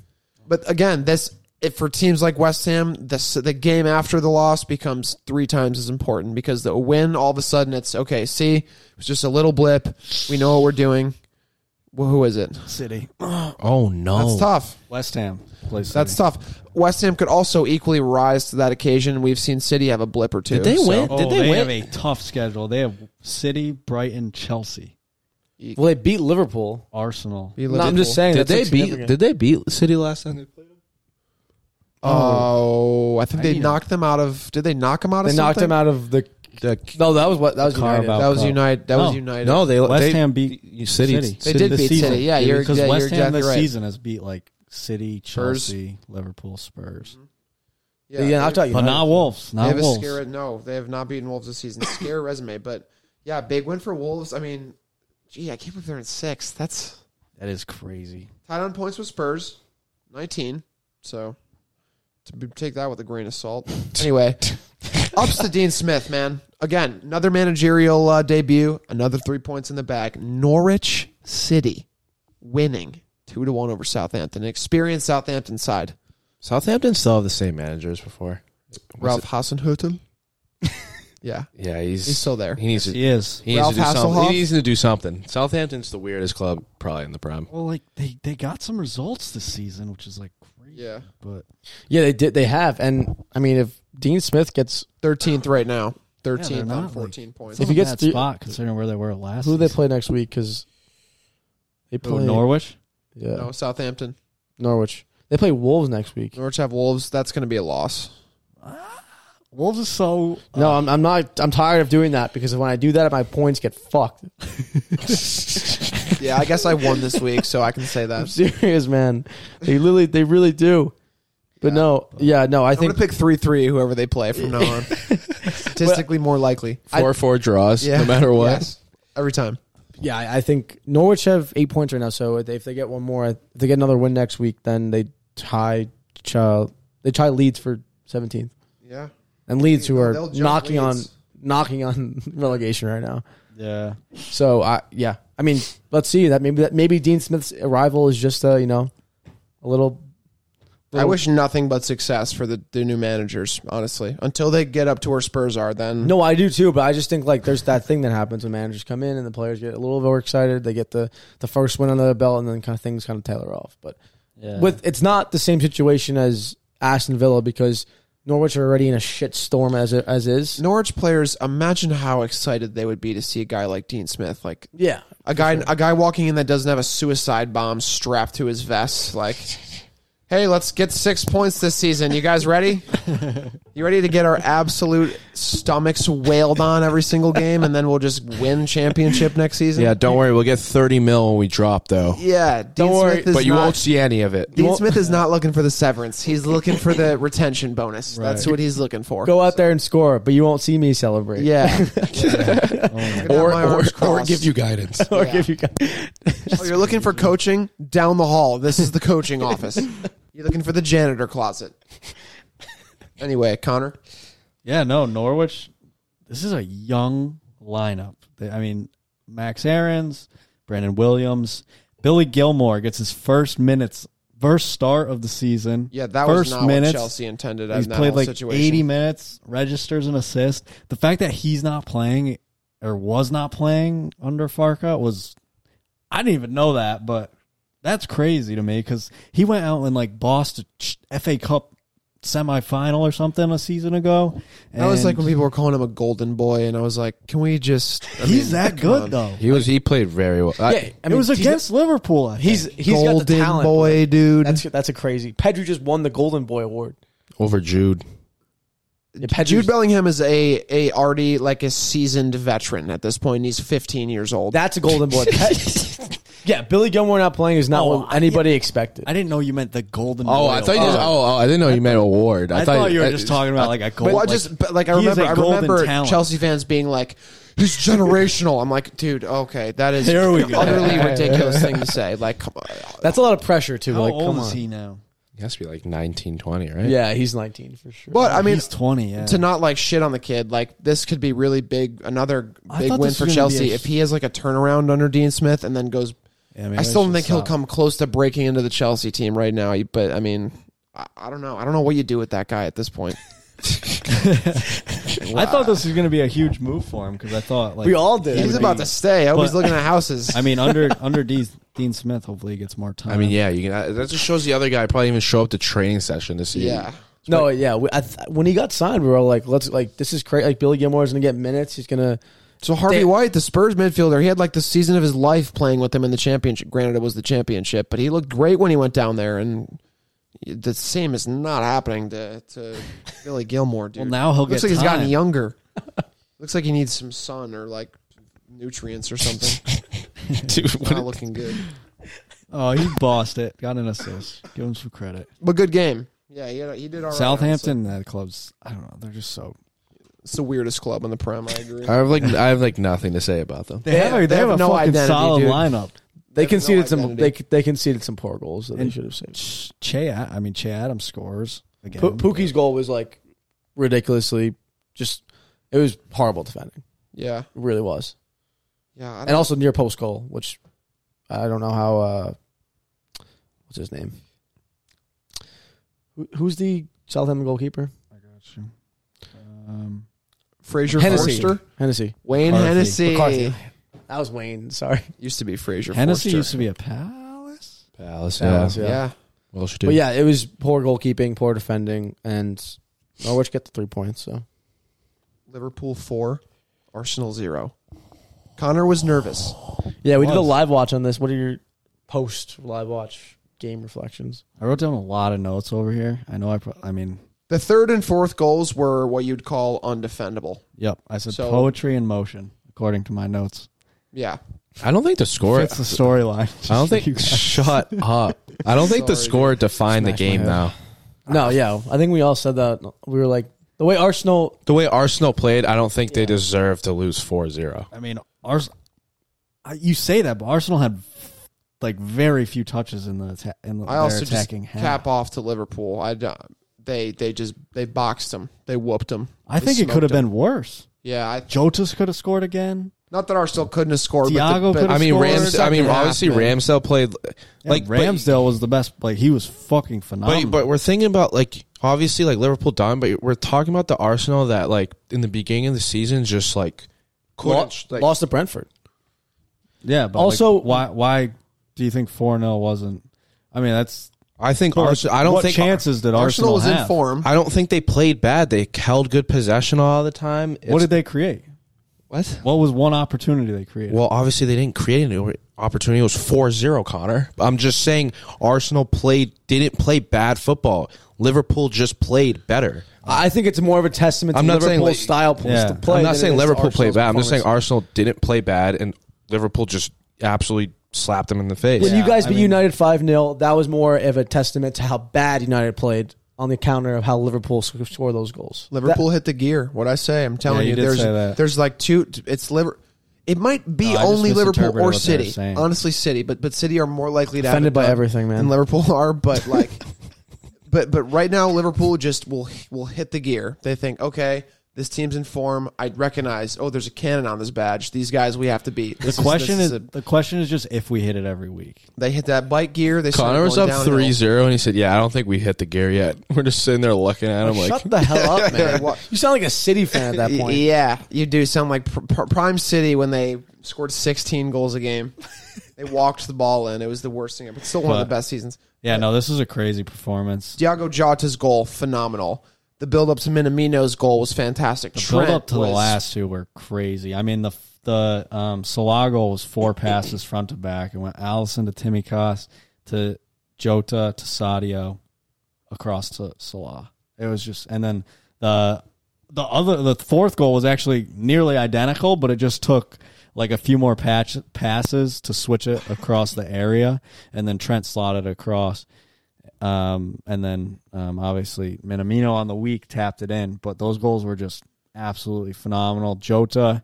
S2: But again, this if for teams like West Ham, this the game after the loss becomes three times as important because the win all of a sudden it's okay. See, it was just a little blip. We know what we're doing. Well, who is it?
S3: City.
S4: [LAUGHS] Oh no,
S2: That's tough.
S3: West Ham plays. City.
S2: That's tough. West Ham could also equally rise to that occasion. We've seen City have a blip or two.
S4: Did they win?
S3: Oh,
S4: Did
S3: they,
S4: they, win?
S3: have a tough schedule. They have City, Brighton, Chelsea,
S1: Well, they beat Liverpool.
S3: Arsenal.
S2: e- Be
S1: No, I'm just
S2: Liverpool.
S1: saying.
S4: did
S1: that's
S4: they beat?
S1: significant.
S4: Did they beat City last time?
S2: Oh, I think
S3: I
S2: they
S3: need 'em.
S2: knocked them out of. Did they knock them out of?
S1: They knocked him out of the. No, that was what that was. United.
S3: Carabao.
S2: That was
S3: Cup.
S2: United. That was
S3: No.
S2: United.
S4: No, they
S3: West
S4: they,
S3: Ham beat
S4: you- City.
S3: City.
S2: They did
S3: this
S2: beat
S3: season.
S2: City. Yeah, you're-
S3: because
S2: yeah,
S3: West
S2: you're
S3: Ham
S2: exactly
S3: this
S2: right.
S3: season has beat like City,
S2: Spurs.
S3: Chelsea, Liverpool, Spurs,
S1: Yeah, yeah, I'll tell you.
S3: but not Wolves.
S2: they
S3: Not
S2: have
S3: Wolves.
S2: a scare. No, they have not beaten Wolves this
S3: [COUGHS]
S2: season. Scare resume, but yeah, big win for Wolves. I mean, gee, I can't believe they're in sixth. That's
S3: That is crazy.
S2: tied on points with Spurs, nineteen. So to be, take that with a grain of salt. [LAUGHS]
S3: [LAUGHS]
S2: Anyway, ups to Dean Smith, man. Again, another managerial uh, debut, another three points in the bag. Norwich City winning two to one over Southampton. An experienced Southampton side.
S4: Southampton still have the same managers before. What's
S2: Ralph Hasenhüttl.
S3: [LAUGHS]
S2: yeah,
S4: it- Yeah, he's
S2: he's still there.
S4: he needs to
S3: He is.
S4: he needs
S2: Ralph
S4: to do something.
S2: Hasselhoff?
S4: He needs to do something. Southampton's the weirdest club probably in the prime.
S3: Well, like they they got some results this season, which is like crazy.
S2: Yeah,
S3: But
S1: Yeah, they did. They have, and I mean, if Dean Smith gets
S2: thirteenth right now. Thirteenth
S3: not,
S2: on
S3: like-
S2: fourteen points.
S1: If
S3: if
S1: he
S3: you
S1: gets
S3: get that
S1: three-
S3: spot considering where they were last.
S1: who do they
S3: season.
S1: play next week because they
S3: Oh,
S1: play
S3: Norwich.
S1: Yeah,
S2: No, Southampton.
S1: Norwich. They play Wolves next week.
S2: Norwich have Wolves. That's going to be a [LAUGHS] loss.
S3: Wolves is so uh,
S1: No, I'm, I'm not. I'm tired of doing that because when I do that, my points get fucked. [LAUGHS]
S2: Yeah, I guess I won this week, so I can say
S1: I'm
S2: that.
S1: serious, man. They literally, they really do. But no, yeah, no. I
S2: I'm going
S1: think
S2: to pick 3 3, whoever they play from now [LAUGHS] on. Statistically more likely.
S4: Four four draws,
S2: Yeah. [LAUGHS]
S4: no matter what.
S2: Yes. Every time.
S1: yeah, I I think Norwich have eight points right now. So if they, if they get one more, if they get another win next week, then they tie, uh, they tie Leeds for 17th,
S2: Yeah.
S1: and Leeds who are
S2: They'll jump
S1: knocking
S2: Leeds.
S1: on knocking on [LAUGHS] relegation right now.
S3: yeah.
S1: So I yeah, I mean, let's see that maybe that maybe Dean Smith's arrival is just uh, you know a little.
S2: I wish nothing but success for the, the new managers, honestly. Until they get up to where Spurs are, then.
S1: No, I do too, but I just think like there's that thing that happens when managers come in and the players get a little overexcited. They get the the first win under their belt, and then kind of things kind of tailor off. But
S3: Yeah.
S1: with it's not the same situation as Aston Villa because Norwich are already in a shit storm as it, as is.
S2: Norwich players, imagine how excited they would be to see a guy like Dean Smith. Like,
S1: Yeah,
S2: A guy, a guy walking in that doesn't have a suicide bomb strapped to his vest. Like, hey, let's get six points this season. You guys
S4: [LAUGHS]
S2: ready? You ready to get our absolute stomachs wailed on every single game, and then we'll just win championship next season?
S4: Yeah, don't worry, we'll get thirty mil when we drop though.
S2: yeah. Dean
S1: Don't worry,
S2: Smith is
S4: but you
S2: not,
S4: won't see any of it.
S2: Dean Smith
S4: [LAUGHS]
S2: is not looking for the severance. He's looking for the retention bonus. That's what he's looking for.
S1: go out there and score, but you won't see me
S4: [LAUGHS]
S1: celebrate.
S2: Yeah.
S4: or,
S2: Or,
S4: or, or give you guidance.
S1: or [LAUGHS] give you guys.
S2: Oh, you're looking for coaching down the hall. This is the
S3: [LAUGHS]
S2: coaching office. You're looking for the janitor closet. Anyway, Connor,
S3: Yeah, no, Norwich. This is a young lineup. They- I mean, Max Aaron's, Brandon Williams, Billy Gilmore gets his first minutes, first start of the season.
S2: yeah, that
S3: first
S2: was not
S3: minutes.
S2: what Chelsea intended.
S3: He's
S2: in that
S3: played
S2: whole
S3: like
S2: situation.
S3: 80 minutes, registers an assist. The fact that he's not playing or was not playing under Farka was, I didn't even know that, but that's crazy to me because he went out and like bossed a FA Cup semifinal or something a season ago.
S2: That was like
S3: and-
S2: when people were calling him a golden boy, and I was like, "Can we just?" I
S3: He's
S2: mean, um,
S3: that
S2: come
S3: good
S2: on.
S3: though.
S4: He was he played very well. I-
S1: Yeah, I mean,
S3: it was
S1: he's-
S3: against Liverpool. I
S1: He's
S3: think.
S1: he's got the
S2: golden
S1: talent.
S2: boy, dude.
S1: That's that's a crazy. Pedri just won the Golden Boy award.
S4: over Jude.
S2: Jude Bellingham is a a already like a seasoned veteran at this point. He's 15 years old.
S1: That's a golden boy.
S3: [LAUGHS]
S1: That- yeah, Billy Gilmore not playing is not
S3: Oh,
S1: what
S3: I-
S1: anybody expected.
S3: I didn't know you meant the golden.
S4: Oh,
S3: Memorial.
S4: I thought you. Just, oh, oh, I didn't know you meant award. I,
S3: I thought you were
S4: I-
S3: just talking about like a gold.
S2: Well, I
S3: like-
S2: just but like I
S3: he is
S2: remember
S3: a
S2: I
S3: golden
S2: remember
S3: talent.
S2: Chelsea fans being like, "He's generational." I'm like, dude, okay, that is
S3: There we go.
S2: utterly ridiculous thing to say. Like, come on.
S1: That's a lot of pressure too.
S3: How
S1: like,
S3: old
S1: come
S3: is
S1: on.
S3: he now?
S4: He has to be like 19, 20, right?
S1: Yeah, he's 19 for sure.
S2: but I mean,
S3: he's twenty. Yeah.
S2: to not like shit on the kid, like this could be really big. Another
S3: I
S2: big
S3: thought
S2: win
S3: this
S2: for
S3: was gonna be
S2: Chelsea
S3: a-
S2: if he has like a turnaround under Dean Smith and then goes.
S3: Yeah, maybe
S2: I still don't
S3: should
S2: think he'll
S3: stop.
S2: come close to breaking into the Chelsea team right now. But I mean, I, I don't know. I don't know what you do with that guy at this point.
S3: I thought this was going to be a huge move for him because I thought like
S1: we all did.
S2: He's about to stay. I hope he's
S3: But-
S2: looking at houses.
S3: [LAUGHS] I
S2: [LAUGHS]
S3: mean, under under Dean's, Dean Smith, hopefully he gets more time.
S4: I mean, yeah, you can. uh, That just shows the other guy probably even show up to training session this year.
S2: yeah.
S1: No, yeah. We, I th- when he got signed, we were all like, "Let's like this is crazy." Like Billy Gilmore's gonna get minutes. He's gonna.
S2: So Harvey
S1: They-
S2: White, the Spurs midfielder, he had like the season of his life playing with them in the championship. Granted, it was the championship, but he looked great when he went down there, and the same is not happening to, to [LAUGHS] Billy Gilmore, dude.
S3: Well, now he'll
S2: looks
S3: get
S2: like he's gotten
S3: time. [LAUGHS]
S2: younger. looks like he needs some sun or like nutrients or
S3: [LAUGHS]
S2: something.
S4: Dude, what
S2: not looking good,
S3: Oh, he bossed it. Got an assist. Give him some credit.
S2: but good game. Yeah, he, had a- he did all right.
S3: Southampton, that club's. I don't know. They're just so.
S2: It's the weirdest club on the prem. I agree.
S3: Uh,
S4: I have like I have like nothing to say about them.
S3: They have, a, they have a
S2: no
S3: fucking
S2: identity,
S3: solid
S2: dude.
S3: lineup.
S1: They
S2: have no
S1: conceded some. They,
S2: identity.
S1: they conceded some poor goals that they
S3: And-
S1: should have saved.
S3: Ch- Che, I mean, Che Adams scores again.
S1: P- Pookie's goal was like ridiculously just. It was horrible defending.
S2: Yeah,
S1: It really was,
S2: yeah. I
S1: and also near post goal, which I don't know how. uh What's his name? Who, who's the Southampton goalkeeper?
S3: I got you. Um,
S2: Fraser
S1: Hennessy.
S2: Forster,
S1: Hennessy.
S2: Wayne
S3: McCarthy.
S2: Hennessy.
S1: McCarthy. That was Wayne. Sorry.
S2: Used to be Fraser
S3: Hennessy
S2: Forster.
S3: used to be a Palace.
S4: Palace,
S1: That
S4: yeah.
S1: was-
S2: yeah.
S4: Welsh,
S1: [LAUGHS]
S4: dude.
S1: But yeah, it was poor goalkeeping, poor defending, and Norwich get the three points. So
S2: Liverpool four, Arsenal zero. Connor was nervous.
S1: yeah, we did a
S3: Was.
S1: live watch on this. What are your post live watch game reflections?
S3: I wrote down a lot of notes over here. I know. I. Pro- I mean,
S2: The third and fourth goals were what you'd call undefendable.
S3: yep. I said
S2: So-
S3: poetry in motion, according to my notes.
S2: Yeah,
S4: I don't think the score. I
S3: Fits the storyline.
S4: [LAUGHS] don't
S3: [LAUGHS]
S4: think. Shut up. I don't think the
S2: Sorry,
S4: score defined the
S1: Smash my
S4: game
S1: head.
S4: now.
S1: No, yeah, I think we all said that. We were like the way Arsenal.
S4: The way Arsenal played, I don't think they
S1: Yeah.
S4: deserve to lose 4-0.
S3: I mean, Ars- I- you say that, but Arsenal had like very few touches in the atta- in the,
S2: I also
S3: their
S2: just
S3: attacking half.
S2: cap off to Liverpool. I d- they they just they boxed them. They whooped them.
S3: I think it could have been worse.
S2: Yeah, I,
S3: Jotas could have scored again.
S2: not that Arsenal couldn't have scored.
S3: Thiago
S2: but the,
S3: could
S2: but
S4: I mean,
S3: scored
S4: Rams. I
S2: second
S4: mean,
S2: half,
S4: obviously,
S2: man.
S4: Ramsdale played
S3: Like
S4: like but-
S3: Ramsdale was the best. Like he was fucking
S4: But,
S1: Um,
S3: phenomenal.
S4: but we're thinking about like obviously like Liverpool done, but we're talking about the Arsenal that like in the beginning of the season just like couldn't
S1: Lost,
S4: like,
S1: lost to Brentford.
S3: yeah. But
S1: Also-
S3: also, why why do you think four 0 wasn't? I mean, that's
S4: I think Arsenal. I don't
S3: what
S4: think
S3: chances did
S2: Arsenal
S3: Arsenal,
S2: was
S3: have?
S2: in form.
S4: I don't think they played bad. They held good possession all the time. It's-
S3: What did they create?
S4: what?
S3: What was one opportunity they created?
S4: Well, obviously they didn't create any opportunity. It was 4-0, Connor. I'm just saying Arsenal played didn't play bad football. Liverpool just played better.
S1: I think it's more of a testament to
S4: I'm not saying
S1: Liverpool
S4: like-
S1: style pl-
S3: Yeah.
S1: play.
S4: I'm
S1: than
S4: not
S1: it
S4: saying
S1: is to
S4: Liverpool played
S1: Arsenal's
S4: bad. I'm just saying
S1: performance.
S4: Arsenal didn't play bad, and Liverpool just absolutely slapped them in the face.
S1: when you
S3: Yeah,
S1: guys
S3: I
S1: beat
S3: mean-
S1: United five 0 that was more of a testament to how bad United played on the counter of how Liverpool sc- scored those goals.
S2: Liverpool hit the gear. What I say, I'm telling
S3: Yeah, you
S2: you,
S3: did
S2: there's
S3: say that.
S2: there's like two. It's liver. It might be
S3: No, I just
S2: only Liverpool
S3: misinterpreted
S2: or
S3: what they were
S2: City.
S3: saying.
S2: Honestly, City, but but City are more likely to have
S1: Offended
S2: it
S1: by
S2: done
S1: everything, man.
S2: than Liverpool [LAUGHS] are. But
S3: [LAUGHS]
S2: like, but but right now, Liverpool just will will hit the gear. They think, okay, this team's in form. I recognize. Oh, there's a cannon on this badge. These guys we have to beat.
S3: the
S2: This
S3: question
S2: this
S3: is,
S2: a-
S3: the question is just if we hit it every week.
S2: they hit that bike gear. They started
S4: Connor was
S2: going
S4: up
S2: downhill.
S4: 3 0, and he said, Yeah, I don't think we hit the gear yet. [LAUGHS] We're just sitting there looking at him like,
S1: Shut the hell up, man!
S2: What?
S1: you sound like a City fan
S2: [LAUGHS]
S1: at that
S2: Y-
S1: point.
S2: Yeah, you do sound like pr- pr- prime city when they scored 16 goals a
S3: [LAUGHS]
S2: game. they walked the ball in. It was the worst thing ever. It's still one of
S3: But-
S2: the best seasons.
S3: Yeah, no, this is a crazy performance.
S2: Diago Jota's goal, phenomenal. The build up to Minamino's goal was fantastic.
S3: The
S2: Trent
S3: build up to
S2: was-
S3: the last two were crazy. I mean the the um Salago was four passes front to back and went Allison to Timmy Koss to Jota to Sadio across to Salah. It was just, and then the the other the fourth goal was actually nearly identical, but it just took like a few more patch passes to switch it across the area, and then Trent slotted across. Um, and then um, obviously Minamino on the week tapped it in, but those goals were just absolutely phenomenal. Jota,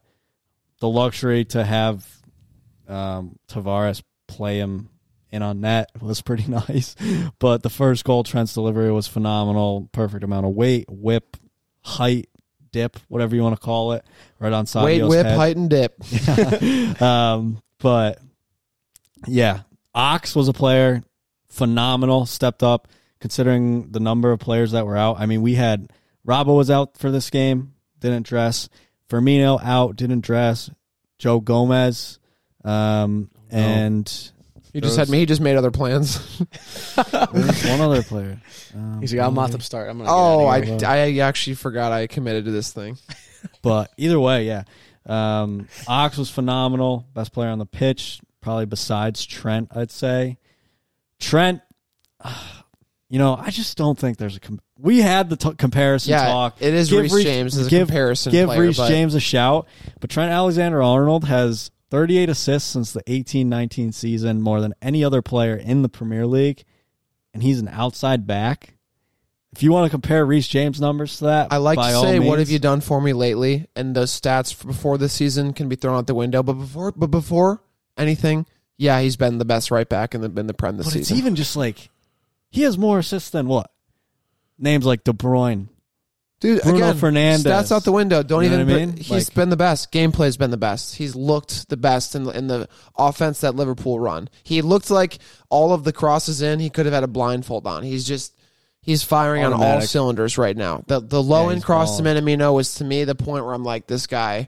S3: the luxury to have um, Tavares play him in on net was pretty [LAUGHS] nice. But the first goal, Trent's delivery was phenomenal. Perfect amount of weight, whip, height, dip, whatever you want to call it, right on Sadio's
S2: Wait, whip,
S3: head.
S2: height, and
S3: [LAUGHS]
S2: dip.
S3: um, but yeah, Ox was a player, phenomenal, stepped up considering the number of players that were out. I mean, we had Robbo was out for this game, didn't dress. Firmino out, didn't dress. Joe Gomez, um, and
S2: You just had me. He just made other plans.
S3: there was one other player. Um,
S1: He's like, I'm not
S3: maybe.
S1: to start. I'm gonna.
S2: [LAUGHS] Oh, I,
S1: get out of here.
S2: I actually forgot I committed to this thing.
S3: But either way, yeah. Um, Ox was phenomenal, best player on the pitch, probably besides Trent, I'd say. Trent, [SIGHS] ah, you know, I just don't think there's a. Com- we had the t- comparison
S2: yeah,
S3: talk.
S2: it is
S3: Give
S2: Reese
S3: Reece-
S2: James as a
S3: give-
S2: comparison
S3: Give
S2: player,
S3: Reese
S2: but
S3: James a shout, but Trent Alexander Arnold has 38 assists since the 18 19 season, more than any other player in the Premier League, and he's an outside back. If you want to compare Reese James numbers to that,
S2: I like
S3: by
S2: to
S3: all
S2: say, what have
S3: means.
S2: you done for me lately? And those stats f- before the season can be thrown out the window. But before, but before anything, yeah, he's been the best right back in the in the prem this
S3: But it's
S2: season.
S3: even just like he has more assists than what? Names like De Bruyne.
S2: Dude,
S3: Bruno
S2: again,
S3: Fernandes.
S2: stats out the window. Don't
S3: You know
S2: even.
S3: what I
S2: put-
S3: mean?
S2: he's
S3: Like-
S2: been the best. Gameplay's been the best. He's looked the best in the, in the offense that Liverpool run. He looked like all of the crosses in. He could have had a blindfold on. He's just. He's firing on all
S3: Automatic.
S2: cylinders right now. The the low
S3: Yeah,
S2: end
S3: he's
S2: cross to
S3: balling.
S2: Minamino was to me the point where I'm like, this guy.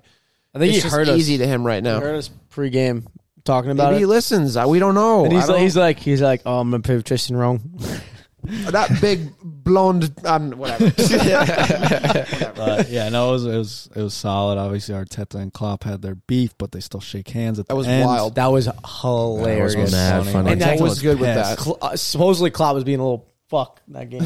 S1: I think
S2: it's
S1: he
S2: just
S1: heard us.
S2: easy to him right
S1: He
S2: now.
S1: heard us pre-game talking about
S2: Maybe he
S1: it.
S2: listens. I- We don't know.
S1: And
S2: I
S1: he's
S2: don't-
S1: like, he's like, he's like, oh, I'm gonna prove Tristan wrong.
S2: [LAUGHS] that big blonde. Um, whatever. [LAUGHS]
S3: But Uh, yeah, no, it was it was it was solid. Obviously, Arteta and Klopp had their beef, but they still shake hands at the
S2: That was
S3: end.
S2: wild.
S1: That was hilarious.
S5: mad funny.
S1: And that
S2: Arteta
S1: was
S2: was good with
S3: pissed.
S2: that.
S1: Cl- uh, supposedly Klopp was being a little fuck that game.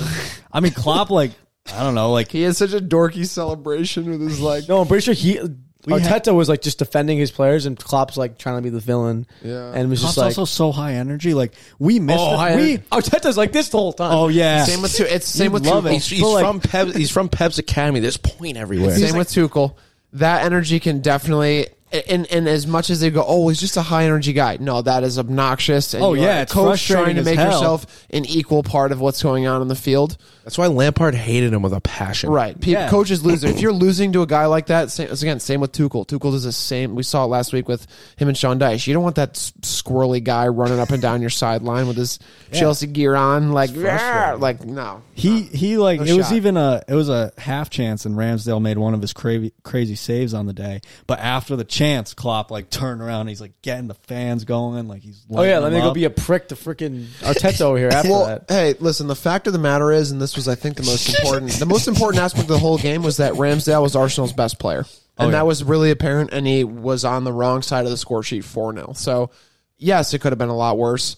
S3: I mean, Klopp like I don't
S1: [LAUGHS]
S3: know, like
S2: He had such a dorky celebration with his like.
S1: no, I'm pretty sure he
S3: We had-
S1: Arteta was like just defending his players, and Klopp's like trying to be the villain.
S2: Yeah.
S1: and was
S3: Klopp's
S1: just like,
S3: also so high energy. Like we missed
S1: oh,
S3: it.
S1: hi,
S3: we
S1: Arteta's like this the whole time.
S3: oh [LAUGHS] yeah.
S2: Same with Tu- it's same
S3: You'd
S2: with
S3: love
S2: Tuchel.
S3: it.
S4: He's, he's
S3: But, like-
S4: from Pep, he's from Pep's Academy. There's point everywhere.
S2: Same with Tuchel. That energy can definitely. And, and as much as they go, oh, he's just a high energy guy. No, that is obnoxious. And
S3: Oh,
S2: you're
S3: yeah,
S2: a
S3: it's
S2: coach
S3: frustrating
S2: trying to
S3: as
S2: make
S3: hell.
S2: yourself an equal part of what's going on in the field.
S4: That's why Lampard hated him with a passion.
S2: Right. Pe-
S3: Yeah.
S2: Coaches lose. If
S3: [CLEARS THROAT]
S2: you're losing to a guy like that, same, again, same with Tuchel. Tuchel does the same. We saw it last week with him and Sean Dyche. You don't want that s- squirrely guy running up and down your sideline with his Chelsea gear on. Like, "Rah!" like no.
S3: He he like
S2: No
S3: it was
S2: shot.
S3: even a it was a half chance and Ramsdale made one of his crazy crazy saves on the day. But after the chance, Klopp like turned around. He's like getting the fans going. Like he's
S1: Oh yeah,
S3: lighting
S1: let
S3: them
S1: me go
S3: up.
S1: be a prick to freaking Arteta over here after
S2: Well,
S1: that.
S2: hey, listen. The fact of the matter is, and this was, I think, the most important. the most important aspect of the whole game was that Ramsdale was Arsenal's best player,
S1: Oh,
S2: and that was really apparent. And he was on the wrong side of the score sheet four 0 So, yes, it could have been a lot worse.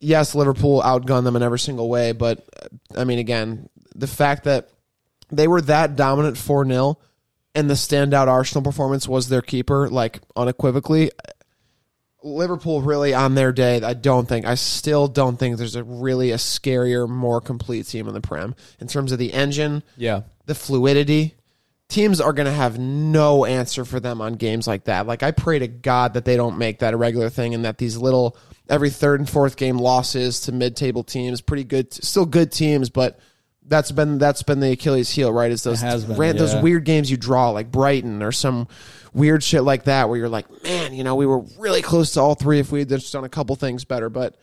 S2: Yes, Liverpool outgunned them in every single way, but uh, I mean, again, the fact that they were that dominant four 0 and the standout Arsenal performance was their keeper, like unequivocally. Liverpool really on their day. I don't think. I still don't think there's a really a scarier, more complete team in the Prem in terms of the engine,
S1: Yeah,
S2: the fluidity. Teams are going to have no answer for them on games like that. Like I pray to God that they don't make that a regular thing and that these little every third and fourth game losses to mid-table teams, pretty good, still good teams, but that's been that's been the Achilles heel, right? Is those
S3: It has been,
S2: ran- those
S3: yeah.
S2: weird weird games you draw, like Brighton or some weird shit like that, where you're like, man, you know, we were really close to all three if we had just done a couple things better. But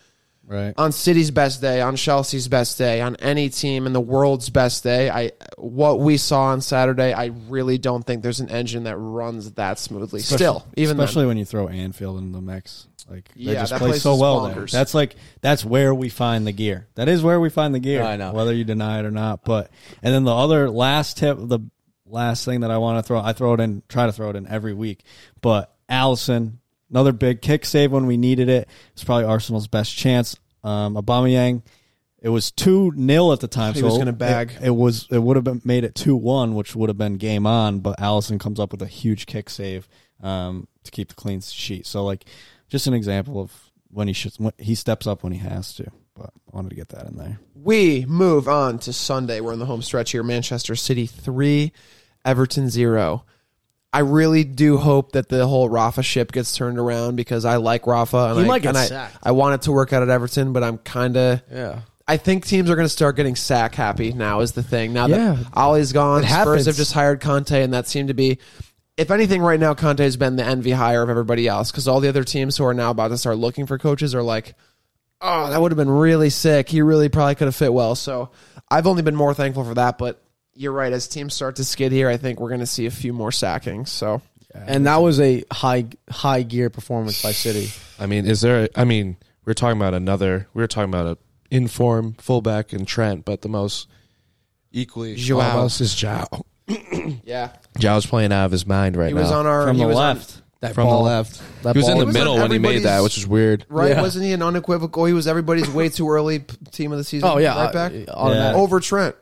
S3: right.
S2: on City's best day, on Chelsea's best day, on any team in the world's best day, I what we saw on Saturday, I really don't think there's an engine that runs that smoothly. Still, even
S3: especially when you throw Anfield in the mix. Like they
S2: Yeah,
S3: just
S2: that
S3: play
S2: place
S3: so
S2: is
S3: well there.
S2: bonkers.
S3: That's like that's where we find the gear. That is where we find the gear.
S1: Yeah, I know.
S3: Whether you deny it or not. But and then the other last tip the last thing that I want to throw I throw it in try to throw it in every week. But Allison, another big kick save when we needed it. It's probably Arsenal's best chance. Um Aubameyang, It was two 0 at the time.
S2: He
S3: so
S2: was gonna
S3: it-
S2: bag.
S3: It, was. It would have been made it two one, which would have been game on. But Allison comes up with a huge kick save um, to keep the clean sheet. So like, just an example of when he should. When he steps up when he has to. But I wanted to get that in there.
S2: We move on to Sunday. We're in the home stretch here. Manchester City three, Everton zero. I really do hope that the whole Rafa ship gets turned around because I like Rafa and
S1: He
S2: I
S1: might get
S2: and I-
S1: sacked.
S2: I want it to work out at Everton, but I'm kind of
S1: Yeah.
S2: I think teams are going to start getting sack happy now is the thing. Now
S1: Yeah.
S2: that Ollie's gone,
S1: It
S2: Spurs
S1: happens.
S2: have just hired Conte, and that seemed to be, if anything, right now Conte has been the envy hire of everybody else because all the other teams who are now about to start looking for coaches are like, oh, that would have been really sick. He really probably could have fit well. So I've only been more thankful for that. But you're right, as teams start to skid here, I think we're going to see a few more sackings. So
S1: And that was a high high gear performance by City.
S4: I mean, is there? I mean, we are talking about another. We were talking about a inform fullback and Trent, but the most equally
S2: Joao.
S4: almost is Jao.
S2: yeah,
S4: Jao's playing out of his mind right
S2: he
S4: now.
S2: was on our
S3: From
S2: he
S3: the
S2: was on-
S3: left,
S1: That
S4: From the
S1: ball,
S4: left.
S1: That
S4: he was in
S1: ball
S4: the
S2: was
S4: middle
S2: on
S4: when he made that,
S2: everybody's-
S4: which is weird.
S2: Right?
S1: Yeah.
S2: Wasn't he an unequivocal? He was everybody's way too early p- team of the season.
S1: Oh yeah,
S2: right back.
S1: uh, automatic.
S2: over Trent.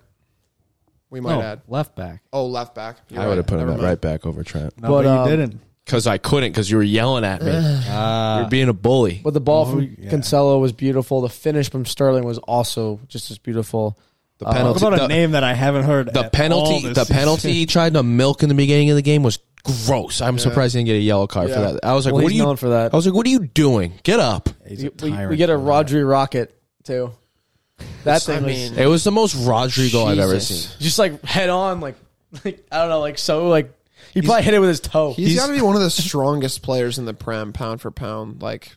S2: We might
S3: no,
S2: add.
S3: left back.
S2: Oh, left back. You're
S4: I would have
S2: right.
S4: put him
S2: Never
S4: at
S2: mind.
S4: right back over Trent
S3: No,
S1: But,
S3: but,
S1: um,
S3: you didn't.
S4: because I couldn't because you were yelling at me.
S3: Ah.
S4: You're being a bully.
S1: But the ball
S3: Oh,
S1: from
S3: yeah.
S1: Cancelo was beautiful. The finish from Sterling was also just as beautiful.
S4: the
S1: uh,
S4: penalty.
S3: Talk about
S4: the,
S3: a name that I haven't heard.
S4: the
S3: at all
S4: penalty.
S3: this
S4: The
S3: season.
S4: penalty he tried to milk in the beginning of the game was gross. I'm surprised he didn't get a yellow card for
S1: Yeah.
S4: that. I was like,
S1: Well,
S4: what are
S1: he's
S4: you?
S1: known for that.
S4: I was like, what are you doing? Get up.
S3: Oh, He's
S1: We,
S3: a
S1: we- we
S3: tyrant
S1: get a
S3: for that.
S1: Rodri rocket too. That
S2: I
S1: thing was
S2: mean,
S4: It was the most Rodri goal I've ever
S2: Jesus.
S4: seen.
S1: just like head on, like, [LAUGHS] like I don't know, like so, like he probably hit it with his toe.
S2: he's got to be one of the strongest players in the prem, pound for pound. Like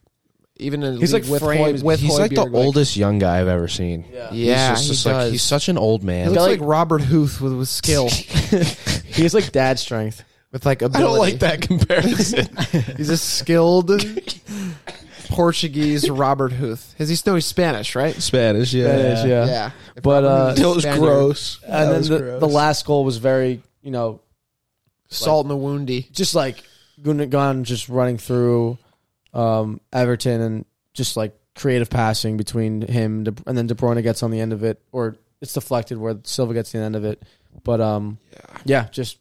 S2: even in a
S1: He's
S2: league
S1: like
S2: with
S1: frames,
S2: Hoy, with
S4: He's like the
S2: Hoiberg,
S4: oldest young guy I've ever seen.
S1: Yeah.
S2: Yeah,
S4: he's
S2: he
S4: just, just like
S2: does.
S4: he's such an old
S2: He
S4: man.
S2: looks
S1: got
S2: like,
S1: like-
S2: Robert Huth with, with skill,
S1: he has like dad strength.
S2: with like
S4: [LAUGHS] I
S2: ability.
S4: don't like that comparison.
S2: He's a skilled Portuguese Robert Huth. Is he? No, he's Spanish, right?
S4: Spanish, yeah.
S1: That is, yeah.
S2: Yeah,
S1: But uh,
S4: It was
S2: Spaniard.
S4: gross.
S1: and then the, the last goal was very, you know,
S2: salt in the woundy.
S1: just like Gundogan just running through um, Everton and just like creative passing between him De- and then De Bruyne gets on the end of it, or it's deflected where Silva gets the end of it. But um, yeah. just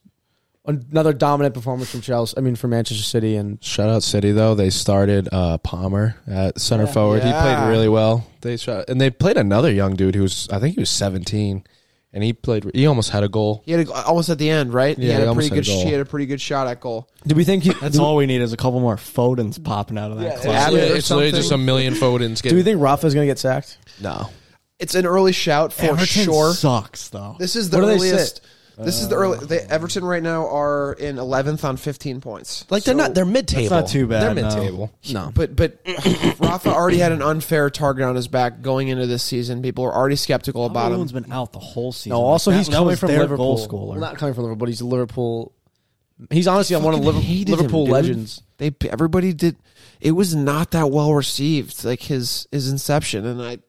S1: another dominant performance from Chelsea. I mean, from Manchester City, and
S4: Shout out City though. They started uh, Palmer at center forward. He
S2: Yeah.
S4: played really well. They shot, and they played another young dude who was I think he was 17 and he played he almost had a goal.
S2: He had a, almost at the end, right? he
S4: Yeah,
S2: had
S4: he
S2: a
S4: almost
S2: pretty
S4: had a
S2: good.
S4: goal.
S2: He had a pretty good shot at goal.
S1: do we think he?
S3: That's all we need is a couple more Fodens popping out of that
S1: Yeah,
S3: closet.
S2: Abbott or
S4: it's literally
S2: something?
S4: just a million Fodens
S1: Do we
S4: getting
S1: think Rafa's gonna get sacked?
S4: no.
S2: It's an early shout for
S3: Everton
S2: sure.
S3: sucks though.
S2: This is the
S1: Where do they
S2: earliest. This is the early. They, Everton right now are in eleventh on fifteen points.
S4: Like they're not they're mid table.
S3: not too bad,
S4: They're
S3: no.
S4: mid table.
S1: No,
S2: But but Rafa already had an unfair target on his back going into this season. People are already skeptical about him.
S3: has been out the whole season.
S1: no. Also,
S3: That-
S1: he's
S3: that
S1: coming
S3: was
S1: from
S3: their
S1: Liverpool.
S3: Goal scorer.
S1: Well, not coming from Liverpool, but he's Liverpool. He's honestly on one of
S2: Fucking
S1: Liver-
S2: hated him,
S1: Liverpool
S2: dude.
S1: legends.
S2: They everybody did. It was not that well received. Like his his inception, and I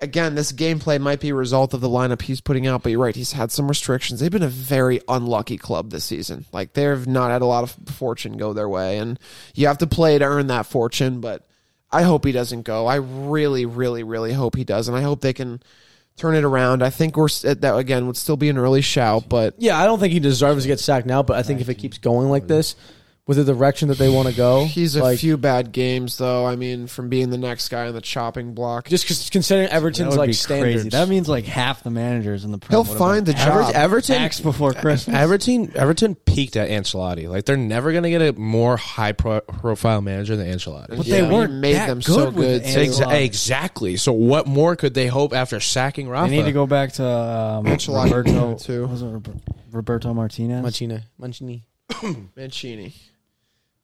S2: again this gameplay might be a result of the lineup he's putting out. But you're right, he's had some restrictions. They've been a very unlucky club this season. Like they've not had a lot of fortune go their way, and you have to play to earn that fortune. But I hope he doesn't go. I really, really, really hope he does, and I hope they can. Turn it around. I think we're s- that again would still be an early shout, but
S1: Yeah, I don't think he deserves to get sacked now, but I think if it keeps going like this, with the direction that they want to go,
S2: He's a
S1: like,
S2: few bad games though. I mean, from being the next guy on the chopping block,
S1: Just 'cause- considering
S3: That
S1: Everton's
S3: would
S1: like
S3: be
S1: standards,
S3: crazy. That means like half the managers in the Prem
S2: he'll
S3: would've
S2: find the
S3: been
S2: job.
S4: Everton
S3: axed before Christmas.
S4: Everton Everton peaked at Ancelotti. Like they're never going to get a more high pro- profile manager than Ancelotti.
S3: But
S2: Yeah.
S3: they weren't
S2: He made
S3: that
S2: them
S3: good
S2: so
S3: with
S2: good.
S3: Ancelotti.
S4: Exa- exactly. So what more could they hope after sacking Rafa?
S3: They need to go back to um,
S2: Ancelotti
S3: Roberto.
S2: too.
S3: Was it Rober- Roberto Martinez?
S1: Mancini, Mancini.
S2: Mancini.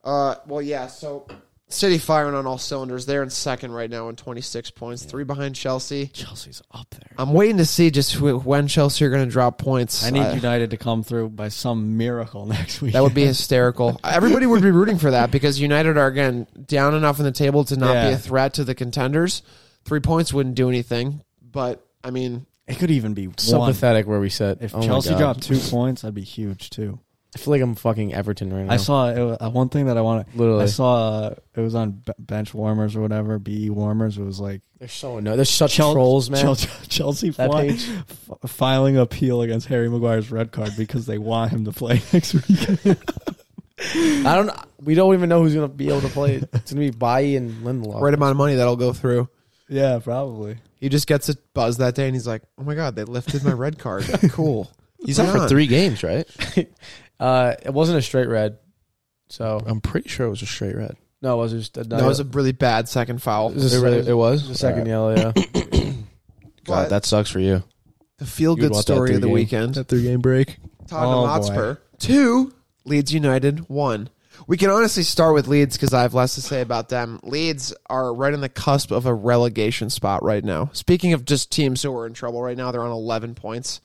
S2: Uh, well, yeah. So City firing on all cylinders. They're in second right now on 26 points, three behind Chelsea.
S3: Chelsea's up there.
S2: I'm waiting to see just wh- when Chelsea are going to drop points.
S3: I need
S2: Uh,
S3: United to come through by some miracle [LAUGHS] next week.
S2: That would be
S3: [LAUGHS]
S2: hysterical. Everybody would be rooting for that because United are again down enough in the table to not be
S3: Yeah.
S2: a threat to the contenders. Three points wouldn't do anything, but I mean,
S3: it could even be
S1: So
S3: one.
S1: pathetic where we sit.
S3: If
S1: Oh my
S3: Chelsea
S1: God.
S3: dropped two points, that'd be huge too.
S1: I feel like I'm fucking Everton right now.
S3: I saw it, wa- uh, one thing that I want to.
S1: literally.
S3: I saw uh, it was on b- bench warmers or whatever, BE warmers. It was like
S1: they're so annoying. They're such
S3: Chel-
S1: trolls, man.
S3: Chel- [LAUGHS] Chelsea
S1: that
S3: fly-
S1: page.
S3: f- filing appeal against Harry Maguire's red card because they want him to play [LAUGHS] next week.
S1: I don't. We don't even know who's gonna be able to play. it. It's gonna be Bailly and Lindelof.
S2: Right amount of money that'll go through.
S3: yeah, probably.
S2: He just gets a buzz that day, and he's like, "Oh my god, they lifted my red card. cool."
S4: [LAUGHS] He's out
S2: Yeah.
S4: for three games, right?
S1: Uh, it wasn't a straight red. So
S4: I'm pretty sure it was a straight red.
S1: no, it was just a,
S2: That was a really bad second foul.
S1: It was a-
S4: really- it was?
S1: it was a second yellow. Yeah.
S4: God,
S2: But
S4: that sucks for you.
S2: the feel
S4: You'd
S2: good
S4: want that
S2: story of the
S4: three-game.
S2: weekend.
S4: three game break.
S2: Tottenham
S3: Oh, boy.
S2: Hotspur two, Leeds United one. We can honestly start with Leeds because I have less to say about them. Leeds are right on the cusp of a relegation spot right now. Speaking of just teams who are in trouble right now, they're on eleven points.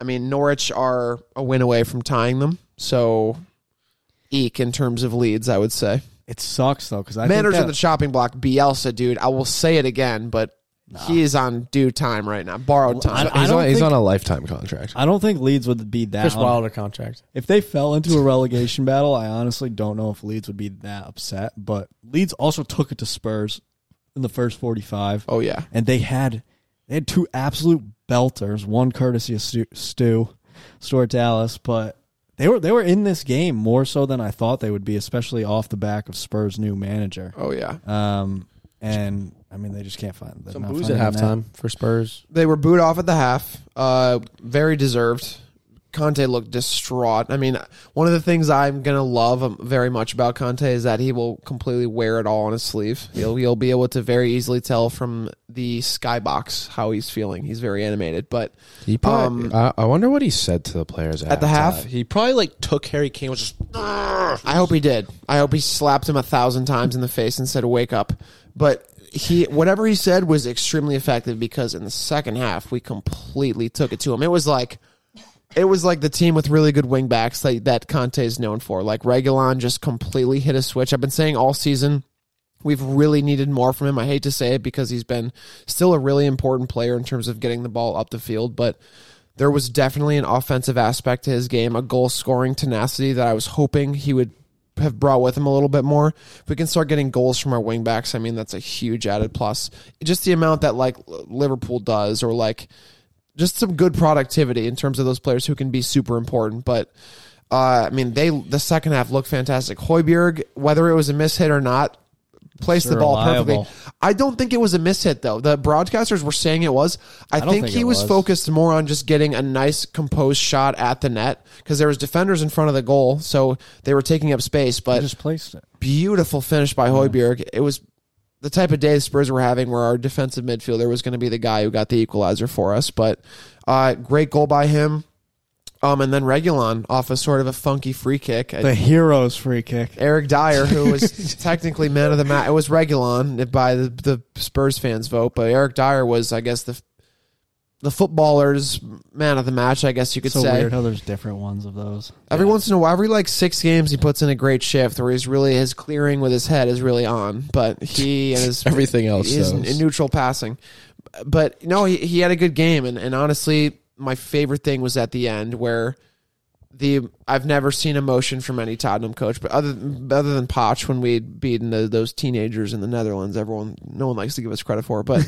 S2: I mean, Norwich are a win away from tying them, so eek in terms of Leeds, I would say.
S3: It sucks though because I
S2: Manners
S3: think
S2: in the chopping block, Bielsa, dude. I will say it again, but he is on due time right now, borrowed
S3: I-
S2: time.
S3: I
S4: He's,
S3: don't
S4: on, he's
S3: think-
S4: on a lifetime contract.
S3: I don't think Leeds would be
S1: [COUGHS]
S3: that.
S1: Chris
S3: un-
S1: Wilder contract.
S3: If they fell into a relegation battle, I honestly don't know if Leeds would be that upset. But Leeds also took it to Spurs in the first forty-five,
S2: oh yeah,
S3: and they had they had two absolute belters. One courtesy of Stu, Stu Stuart Dallas, but they were they were in this game more so than I thought they would be, especially off the back of Spurs' new manager.
S2: oh yeah.
S3: Um, and I mean, they just can't find they're
S1: Some
S3: not
S1: booze at
S3: finding that.
S1: halftime for Spurs.
S2: They were booed off at the half. Uh, very deserved. Conte looked distraught. I mean, one of the things I'm gonna love um, very much about Conte is that he will completely wear it all on his sleeve. He'll he'll be able to very easily tell from the skybox how he's feeling. He's very animated, but um,
S4: He probably, I, I wonder what he said to the players Um, at,
S2: At the half?
S4: He probably like took Harry Kane was just
S2: I hope he did. I hope he slapped him a thousand times in the face and said, "Wake up!" But he, whatever he said, was extremely effective because in the second half we completely took it to him. It was like, it was like the team with really good wing backs that, that Conte is known for. Like Regulon just completely hit a switch. I've been saying all season. We've really needed more from him. I hate to say it because he's been still a really important player in terms of getting the ball up the field, but there was definitely an offensive aspect to his game, a goal scoring tenacity that I was hoping he would have brought with him a little bit more. If we can start getting goals from our wingbacks, I mean that's a huge added plus. Just the amount that like Liverpool does or like just some good productivity in terms of those players who can be super important. But uh, I mean, they the second half looked fantastic. Hoiberg, whether it was a mishit or not, placed
S3: They're
S2: the ball
S3: reliable.
S2: perfectly. I don't think it was a mishit though. The broadcasters were saying it was. I,
S3: don't
S2: think,
S3: think
S2: he
S3: it
S2: was,
S3: was.
S2: focused more on just getting a nice composed shot at the net because there was defenders in front of the goal, so they were taking up space.
S3: They
S2: But
S3: just placed it.
S2: beautiful finish by Hoiberg. It was the type of day the Spurs were having where our defensive midfielder was going to be the guy who got the equalizer for us. But uh, great goal by him. Um, and then Regulon off a sort of a funky free kick.
S3: The heroes free kick.
S2: Eric Dyer, who was technically man of the match, it was Regulon by the, the Spurs fans' vote, but Eric Dyer was, I guess, the the footballer's man of the match. I guess you could
S3: so
S2: say.
S3: weird how there's different ones of those. [LAUGHS]
S2: Every once in a while, every like six games, he puts in a great shift where he's really his clearing with his head is really on. But he and his
S4: everything else.
S2: his
S4: though.
S2: n- neutral passing. But no, he, he had a good game, and, and honestly, my favorite thing was at the end where the I've never seen emotion from any Tottenham coach, but other other than Poch when we'd beaten the, those teenagers in the Netherlands, everyone no one likes to give us credit for, but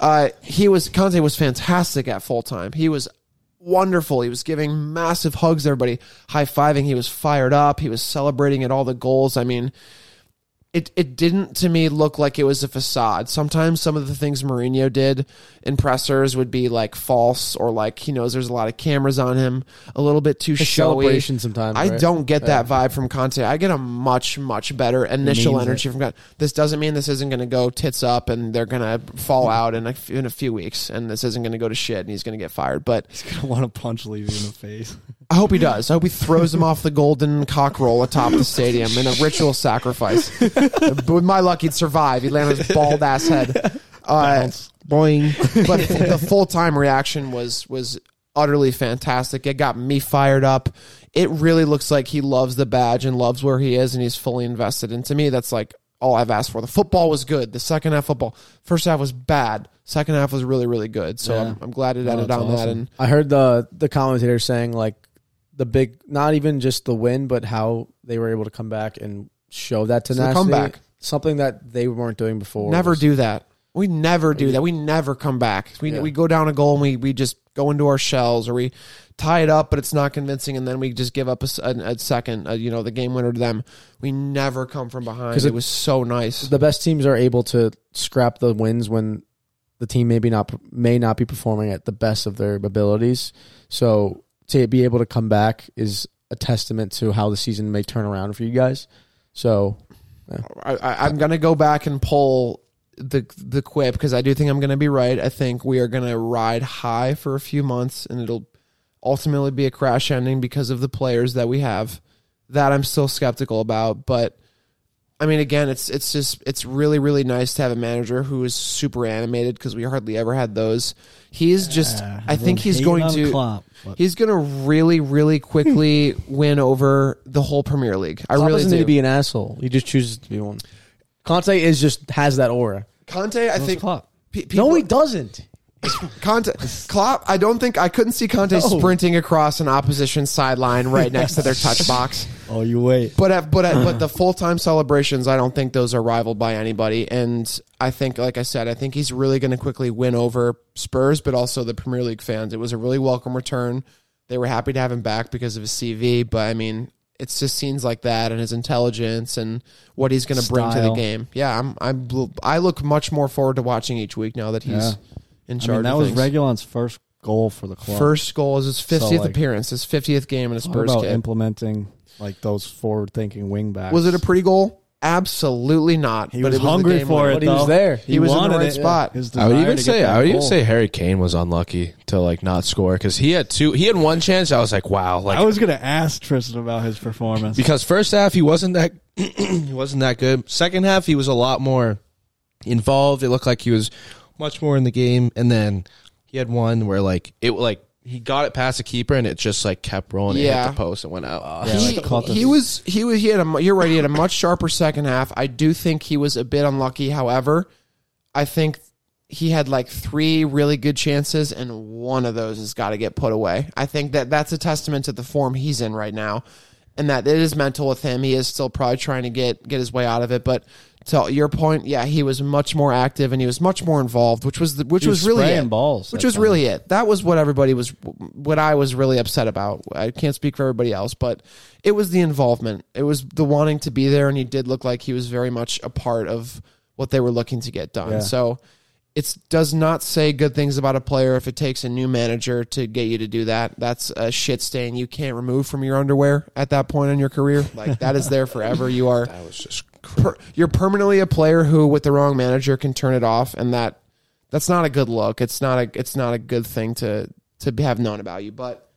S2: uh, he was Conte was fantastic at full time. He was wonderful. He was giving massive hugs to everybody, high fiving. He was fired up. He was celebrating at all the goals. I mean, it it didn't to me look like it was a facade. Sometimes some of the things Mourinho did in pressers would be like false or like he knows there's a lot of cameras on him, a little bit too
S1: The
S2: showy.
S1: celebration sometimes.
S2: I
S1: right?
S2: don't get that vibe from Conte. I get a much much better initial
S3: means
S2: energy from Conte. This doesn't mean this isn't going to go tits up and they're going to fall
S1: Mm-hmm.
S2: out in a, f- in a few weeks and this isn't going to go to shit and he's going to get fired. But
S3: He's gonna want to punch Levy in the face.
S2: I hope he does. I hope he throws him off the golden cockerel atop the stadium in a ritual sacrifice. but with my luck, he'd survive. He'd land on his bald ass head. Uh, boing. But the full time reaction was was utterly fantastic. It got me fired up. It really looks like he loves the badge and loves where he is, and he's fully invested. And to me, that's like all I've asked for. The football was good. The second half football, first half was bad. Second half was really really good. So
S3: Yeah.
S2: I'm, I'm glad it ended
S3: that's
S2: on that.
S3: awesome.
S2: And
S1: I heard the the commentator saying like the big, not even just the win, but how they were able to come back and show that
S2: the
S1: tenacity.
S2: comeback.
S1: something that they weren't doing before.
S2: Never
S1: was-
S2: do that. We never do that. We never come back. We,
S1: Yeah.
S2: we go down a goal and we, we just go into our shells or we tie it up, but it's not convincing, and then we just give up a, s- a- a second, uh you know, the game winner to them. We never come from behind.
S1: 'Cause
S2: It,
S1: it-
S2: was so nice.
S1: The best teams are able to scrap the wins when the team maybe not may not be performing at the best of their abilities. So to be able to come back is a testament to how the season may turn around for you guys. So
S2: I, I, I'm gonna go back and pull the the quip because I do think I'm gonna be right. I think we are gonna ride high for a few months, and it'll ultimately be a crash ending because of the players that we have. That I'm still skeptical about, but I mean, again, it's it's just it's really really nice to have a manager who is super animated because we hardly ever had those. He is just.
S3: Yeah,
S2: I think
S3: everyone
S2: he's
S3: hated
S2: going
S3: on
S2: to.
S3: Klopp, but
S2: He's going to really,
S1: [LAUGHS]
S2: really quickly win over the whole Premier League. I
S1: Klopp
S2: really
S1: doesn't
S2: do.
S1: need to be an asshole. He just chooses to be one. Conte is just has that aura.
S2: Conte, I
S3: it was
S2: think.
S3: Klopp.
S2: pe- people-
S1: no, he doesn't.
S2: [LAUGHS] Conte, Klopp. I don't think I couldn't see Conte sprinting across an opposition sideline right next to their touch box.
S3: Oh, you wait.
S2: But at, but
S3: Uh-huh.
S2: at, but the full time celebrations, I don't think those are rivaled by anybody. And I think, like I said, I think he's really going to quickly win over Spurs, but also the Premier League fans. It was a really welcome return. They were happy to have him back because of his CV. But I mean, it's just scenes like that and his intelligence and what he's going to bring to the
S3: Style.
S2: game. Yeah, I'm I'm I look much more forward to watching each week now that he's.
S3: Yeah.
S2: In
S3: I
S2: charge
S3: mean, that
S2: of
S3: was
S2: things.
S3: Regulon's first goal for the club.
S2: First goal is his 50th
S3: like-
S2: appearance, his 50th game in a
S3: Talk
S2: Spurs
S3: about
S2: kit.
S3: implementing like those forward-thinking wingbacks.
S2: was it a pretty goal? Absolutely not.
S3: He
S2: but
S3: was
S2: it was
S3: hungry
S2: the game
S3: for
S2: winner.
S3: it.
S1: But he was
S3: though.
S1: there.
S2: He was in the
S3: wanted
S2: right
S3: it.
S2: spot.
S3: His
S4: I would
S3: desire to
S4: even
S3: get
S4: say
S3: that
S4: I would even
S3: goal.
S4: say Harry Kane was unlucky to like not score because he had two he had one chance I was like wow like
S3: I was gonna ask Tristan about his performance.
S2: [LAUGHS]
S4: because first half he wasn't that [CLEARS THROAT] he wasn't that good second half he was a lot more involved it looked like he was much more in the game and then he had one where like it like he got it past the keeper and it just like kept rolling it
S2: Yeah.
S4: hit the post and went out
S3: Yeah,
S2: He,
S3: like caught the-
S2: he was he was he had a mu- you're right he had a much sharper second half. I do think he was a bit unlucky. However, I think he had like three really good chances and one of those has got to get put away. I think that that's a testament to the form he's in right now and that it is mental with him. He is still probably trying to get get his way out of it, but to your point, yeah, he was much more active and he was much more involved, which was the, which
S3: He
S2: was,
S3: was
S2: really
S3: spraying
S2: it.
S3: balls
S2: which
S3: that
S2: was
S3: time.
S2: really it. That was what everybody was, what I was really upset about. I can't speak for everybody else, but it was the involvement. It was the wanting to be there, and he did look like he was very much a part of what they were looking to get done.
S3: Yeah.
S2: So it does not say good things about a player if it takes a new manager to get you to do that. That's a shit stain you can't remove from your underwear at that point in your career. Like that is there forever. You are
S4: [LAUGHS] that was just
S2: per, you're permanently a player who with the wrong manager can turn it off and that that's not a good look it's not a it's not a good thing to to be- have known about you but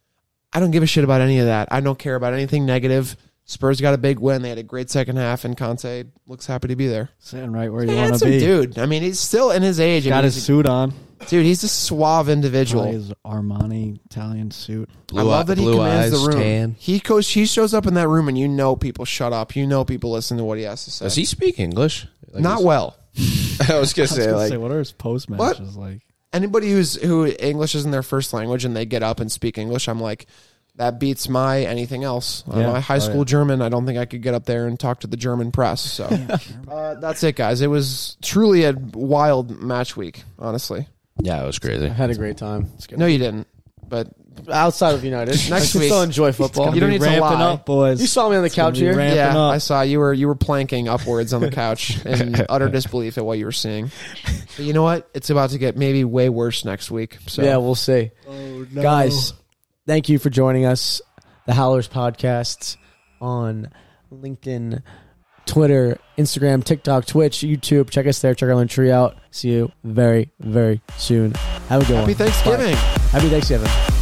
S2: i don't give a shit about any of that i don't care about anything negative spurs got a big win they had a great second half and conte looks happy to be there
S3: sitting right where you want to
S2: handsome
S3: be.
S2: dude i mean he's still in his age I
S3: Got
S2: mean,
S3: his
S2: he's
S3: suit on.
S2: a- dude he's a suave individual
S3: His Armani Italian suit.
S4: blue,
S2: I love that he
S4: blue eyes
S2: commands the room.
S4: tan.
S2: He goes. He shows up in that room, and you know people shut up. You know people listen to what he has to say.
S4: does he speak English Like,
S2: Not
S4: is- [LAUGHS]
S2: well. [LAUGHS]
S4: I was gonna
S3: I was
S4: say
S3: gonna
S4: like
S3: say, what are his post
S2: What?
S3: matches like?
S2: anybody who's who English isn't their first language and they get up and speak English, I'm like, that beats my anything else. Uh,
S3: Yeah.
S2: my high
S3: Oh,
S2: school
S3: yeah.
S2: German, I don't think I could get up there and talk to the German press. So uh, that's it, guys. It was truly a wild match week, honestly.
S4: yeah it was
S1: I
S4: crazy
S1: had a great time
S2: No, you didn't. But
S1: outside of United. I
S2: Next week.
S1: still enjoy football.
S2: You
S1: You,
S2: don't
S3: Be
S2: need to
S3: ramping
S2: lie.
S3: up, boys.
S1: saw me on the couch
S3: gonna be
S1: here.
S3: ramped. Ramping
S2: yeah,
S3: up.
S2: I saw you were you were planking upwards on the
S3: [LAUGHS]
S2: couch in utter disbelief at what you were seeing. But you know what? It's about to get maybe way worse next week. So
S1: Yeah, we'll see.
S3: Oh, no.
S1: Guys, thank you for joining us, the Howlers Podcast, on LinkedIn, Twitter, Instagram, TikTok, Twitch, YouTube. Check us there. Check our tree out. See you very, very soon. Have a good
S2: happy
S1: one. Bye.
S2: Thanksgiving.
S1: Happy Thanksgiving.